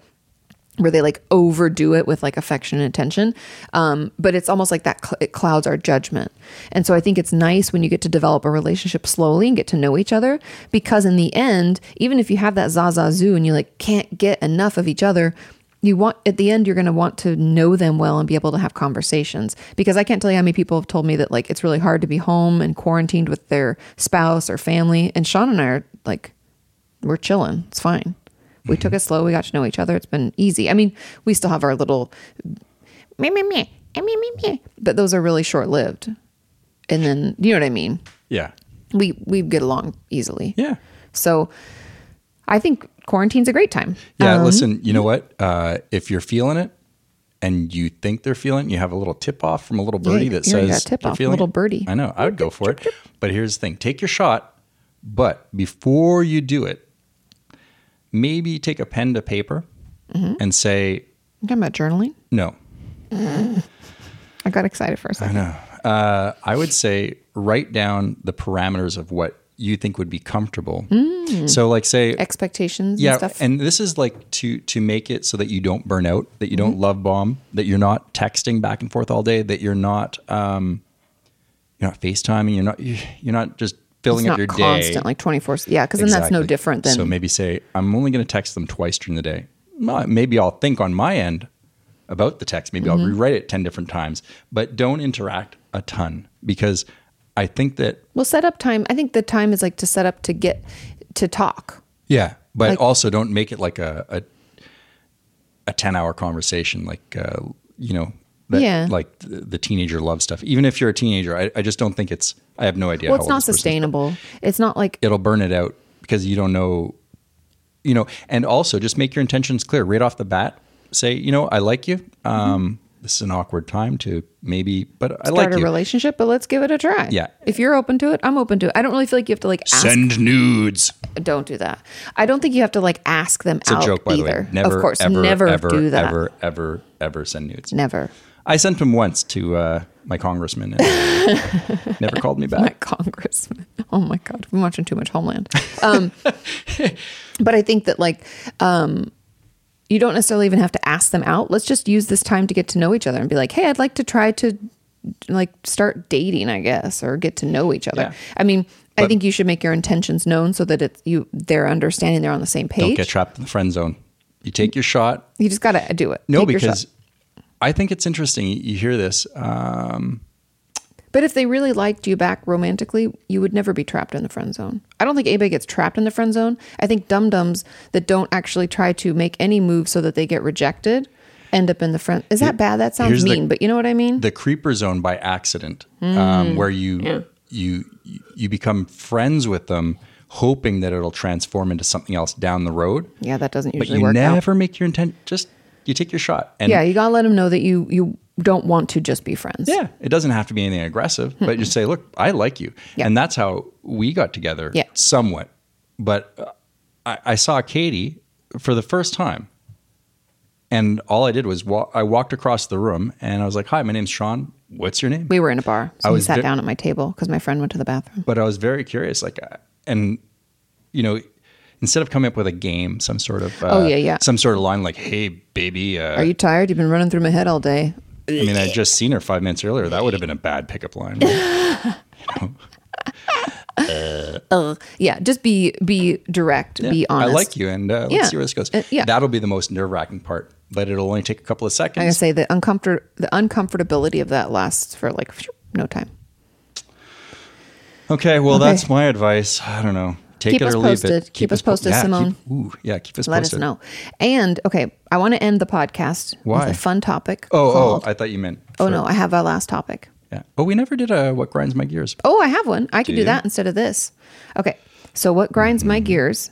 where they like overdo it with like affection and attention. Um, but it's almost like that cl- it clouds our judgment. And so I think it's nice when you get to develop a relationship slowly and get to know each other because in the end, even if you have that zaza zoo and you like can't get enough of each other, you want at the end you're going to want to know them well and be able to have conversations because i can't tell you how many people have told me that like it's really hard to be home and quarantined with their spouse or family and sean and i are like we're chilling. It's fine. We Mm-hmm. took it slow. We got to know each other. It's been easy. I mean, we still have our little meh meh meh eh, meh meh meh, but those are really short lived. And then you know what I mean. Yeah. We we get along easily. Yeah. So I think quarantine's a great time. Yeah. Um, listen, you know what? Uh, if you're feeling it and you think they're feeling it, you have a little tip off from a little birdie you- that Um, you already says, got a tip you're off, feeling little it. birdie. I know. I would go for it. But here's the thing take your shot. But before you do it, maybe take a pen to paper Mm-hmm. and say, you talking about journaling. no, I got excited for a second. Uh, I would say write down the parameters of what you think would be comfortable. So, like, say, Expectations yeah, and Mm. stuff. and this is like to to make it so that you don't burn out, that you Mm-hmm. don't love bomb, that you're not texting back and forth all day, that you're not um, you're not FaceTiming, you're not you're not just filling it's up not your day. constant, like twenty four. Yeah, because then that's no Exactly. different than So maybe say, I'm only going to text them twice during the day. Well, Maybe I'll think on my end about the text. Maybe Mm-hmm. I'll rewrite it 10 different times, but don't interact a ton because I think that, Well, set up time. I think the time is like to set up to get to talk. yeah, but Like- also don't make it like a, a, a 10 hour conversation, like, uh, you know, that, Yeah. like the, the teenager love stuff. Even if you're a teenager, I, I just don't think it's, I have no idea. well, how it's old not this person is. sustainable. It's not like it'll burn it out because you don't know you know and also just make your intentions clear right off the bat say you know i like you um this is an awkward time to maybe but i start like a you relationship, but let's give it a try. Yeah. If you're open to it, I'm open to it. I don't really feel like you have to like ask. send nudes Don't do that. I don't think you have to like ask them it's out a joke by either. the way never of course, ever never ever do that. ever ever ever send nudes Never. i sent them once to uh my congressman and never called me My back congressman. Oh my god, I'm watching too much Homeland. Um, but I think that like um, you don't necessarily even have to ask them out. Let's just use this time to get to know each other and be like, hey, I'd like to try to like start dating, I guess, or get to know each other. Yeah. I mean, I But- think you should make your intentions known so that it's you they're understanding they're on the same don't page. get trapped in the friend zone you take your shot you just gotta do it. no Take your shot. because i think it's interesting you- you hear this But if they really liked you back romantically, you would never be trapped in the friend zone. I don't think anybody gets trapped in the friend zone. I think dum dums that don't actually try to make any move so that they get rejected end up in the friend. Is that bad? That sounds here's the- mean, but you know what I mean. the creeper zone by accident, Mm. um, where you you you become friends with them, hoping that it'll transform into something else down the road. yeah, that doesn't But usually you work out. never make your intent. Just you take your shot, and yeah, you gotta let them know that you you don't want to just be friends. yeah, it doesn't have to be anything aggressive, but just say, "Look, I like you," Yeah. and that's how we got together, Yeah. somewhat. But uh, I, I saw Katie for the first time, and all I did was wa- I walked across the room, and I was like, "Hi, my name's Sean. What's your name?" We were in a bar, so I we was sat ve- down at my table because my friend went to the bathroom. but I was very curious, like, uh, and you know, instead of coming up with a game, some sort of uh, Oh, yeah, yeah. some sort of line like, "Hey, baby," uh, Are you tired? You've been running through my head all day. I mean, I just seen her five minutes earlier. That would have been a bad pickup line. right? Yeah, just be be direct, be I honest. like you, and uh, let's Yeah. see where this goes. Uh, yeah. that'll be the most nerve wracking part, but it'll only take a couple of I'm gonna seconds. say the uncomfort the uncomfortability of that lasts for like phew, no time. Okay, well, Okay. that's my advice. I don't know. Take Keep it us or leave posted. it. Keep us po- posted, yeah, keep- Simone. ooh, yeah, keep us Let posted. us know. And okay, I want to end the podcast Why? with a fun topic. Oh, called- oh, I thought you meant. oh for- no, I have a last topic. Yeah. Oh, we never did a what grinds my gears. Oh, I have one. I could do, you? Mm-hmm. that instead of this. Okay, so what grinds my gears?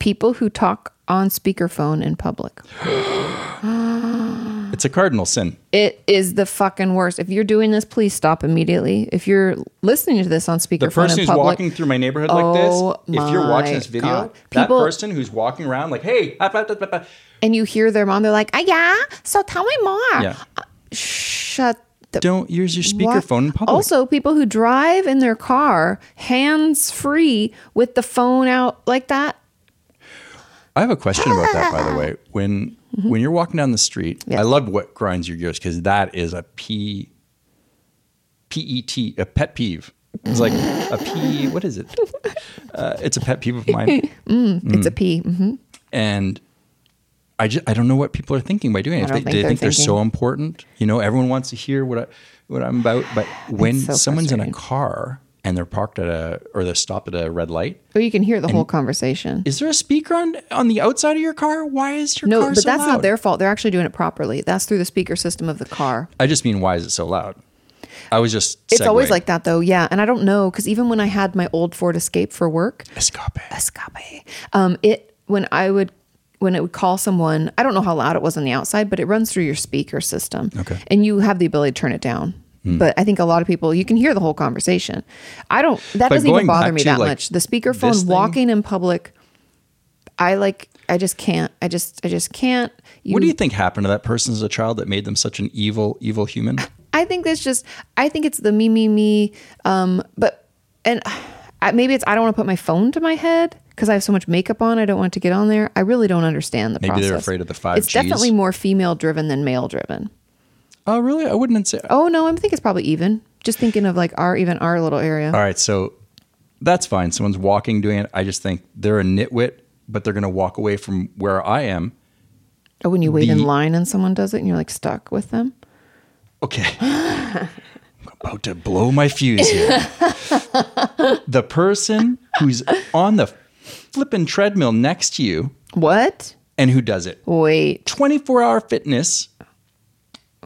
People who talk on speakerphone in public. It's a cardinal sin. It is the fucking worst. If you're doing this, please stop immediately. If you're listening to this on speakerphone the person in who's public, walking through my neighborhood like Oh this, if you're watching my this video, God. that People- person who's walking around like, hey, ah, bah, bah, bah, bah," and you hear their mom, they're like, "Ah, yeah. So tell me more." Yeah. Uh, shut the don't use your What? speakerphone in public. Also, people who drive in their car hands free with the phone out like that. Oh. I have a question about that, by the way. When when you're walking down the street, Yes. I love what grinds your gears because that is a P, P-E-T, a pet peeve. It's like a P, what is it? Uh, it's a pet peeve of mine. It's a Mm. P. Mm-hmm. and I just I don't know what people are thinking by doing it. I If don't they, think they they're think they're so thinking. important. You know, everyone wants to hear what I what I'm about. But when so someone's in a frustrating. car and they're parked at a or they're stopped at a red light. Or you can hear the whole conversation. Is there a speaker on on the outside of your car? Why is your No, car but so that's not loud? their fault. They're actually doing it properly. That's through the speaker system of the car. I just mean why is it so loud? I was just It's always segueing. like that though. Yeah, and I don't know cuz even when I had my old Ford Escape for work, Escape. Escape. Um, it when I would when it would call someone, I don't know how loud it was on the outside, but it runs through your speaker system. Okay. Hmm. And you have the ability to turn it down. But I think a lot of people you can hear the whole conversation. I don't that But doesn't even going bother back me to, that like, much. The speaker this phone thing- walking in public I like I just can't. I just I just can't. What do you think happened to that person as a child that made them such an evil, evil human? I think that's just I think it's the me me me um but and I, maybe it's I don't want to put my phone to my head because I have so much makeup on I don't want it to get on there I really don't understand the Maybe process they're afraid of the five It's Gs. definitely more female driven than male driven Oh, really? I wouldn't say. Oh no I think it's probably even just thinking of like our even our little area All right, so that's fine. Someone's walking doing it. I just think they're a nitwit, but they're going to walk away from where I am. or Oh, when you wait in the- line and someone does it and you're like stuck with them Okay. I'm about to blow my fuse here. the person who's on the flipping treadmill next to you what and who does it. wait 24 hour fitness.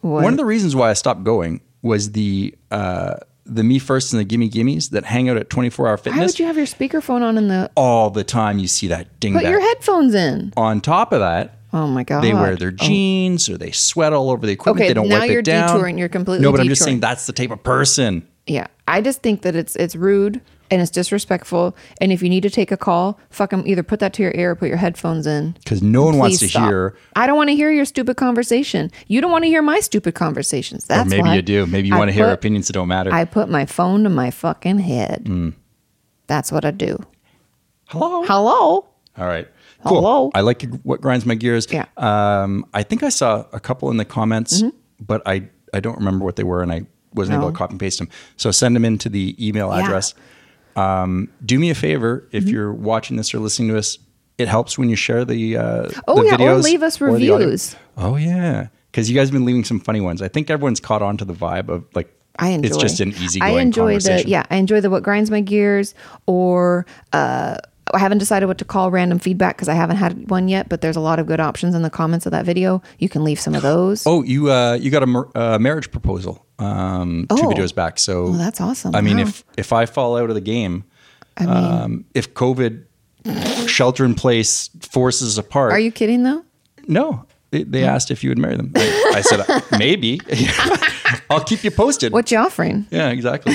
what One of the reasons why I stopped going was the uh, the me first and the gimme gimmes that hang out at 24 hour why would fitness. you have your speakerphone on in the All the time you see that put your dingbat. headphones in on top of that, oh my god they wear their jeans or they sweat all over the equipment. Okay, they don't now wipe you're it down. detouring. You're completely No, but I'm just detouring. saying that's the type of person. Yeah, I just think that it's it's rude and it's disrespectful. And if you need to take a call, fuck 'em. Either put that to your ear or put your headphones in. Because no one wants Please to stop. hear, I don't want to hear your stupid conversation. You don't want to hear my stupid conversations. or That's maybe why you do. Maybe you I want to hear put- opinions that don't matter. I put my phone to my fucking head. Hmm. That's what I do. Hello. Hello. All right. Cool. Hello? I like what grinds my gears. Yeah. Mm-hmm. Um, I think I saw a couple in the comments, but I, I don't remember what they were and I wasn't able No. to copy and paste them. So send them into the email Yeah. Mm-hmm. address. Um, do me a favor if you're watching this or listening to us. It helps when you share the uh, Oh, the yeah, or videos leave us the audio. reviews. oh yeah, because you guys have been leaving some funny ones. I think everyone's caught on to the vibe of like I enjoy. it's just an easy going I enjoy conversation. the yeah. I enjoy the what grinds my gears or uh, I haven't decided what to call random feedback because I haven't had one yet. But there's a lot of good options in the comments of that video. You can leave some of those. Oh, you uh, you got a mar- uh, marriage proposal um, two Oh. videos back. So Well, that's awesome. I mean, Wow. if if I fall out of the game, um, if COVID shelter in place forces apart, Are you kidding though? no. They, they asked if you would marry them. I, I said uh, maybe. I'll keep you posted. What you offering? Yeah, exactly.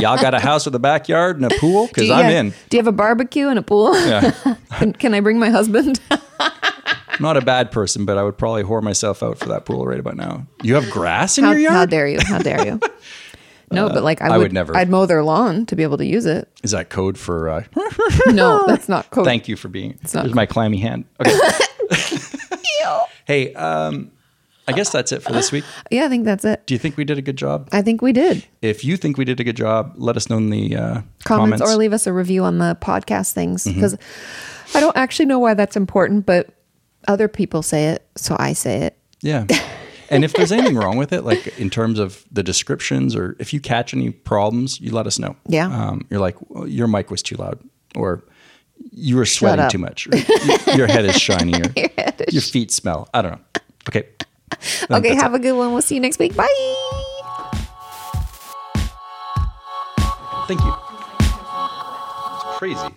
Y'all got a house with a backyard and a pool because Do you- I'm yeah. in. Do you have a barbecue and a pool? Yeah, can, can I bring my husband? I'm not a bad person, but I would probably whore myself out for that pool right about now. You have grass in how, your how yard? dare you? How dare you? No, but like I would, I would never. I'd mow their lawn to be able to use it. Is that code for uh, No, that's not cool. Thank you for being. It's not Here's my clammy hand. Okay. hey, um, I guess that's it for this week. Yeah, I think that's it. Do you think we did a good job? I think we did. If you think we did a good job, let us know in the uh, comments, comments. Mm-hmm. or leave us a review on the podcast things because I don't actually know why that's important, but other people say it, so I say it. yeah. And if there's anything wrong with it, like in terms of the descriptions, or if you catch any problems, you let us know. Yeah. Um, you're like, well, your mic was too loud, or you were sweating up. too much, or "Y- your head is shiny, or your, feet smell. I don't know. Okay. okay, Oh, that's have a good one. We'll see you next week. Bye. Thank you. It's crazy.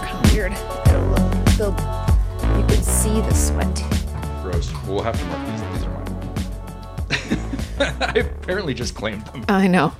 Kind of weird. you can see the sweat. Gross. We'll have to mark these. These are mine. I apparently just claimed them. I know.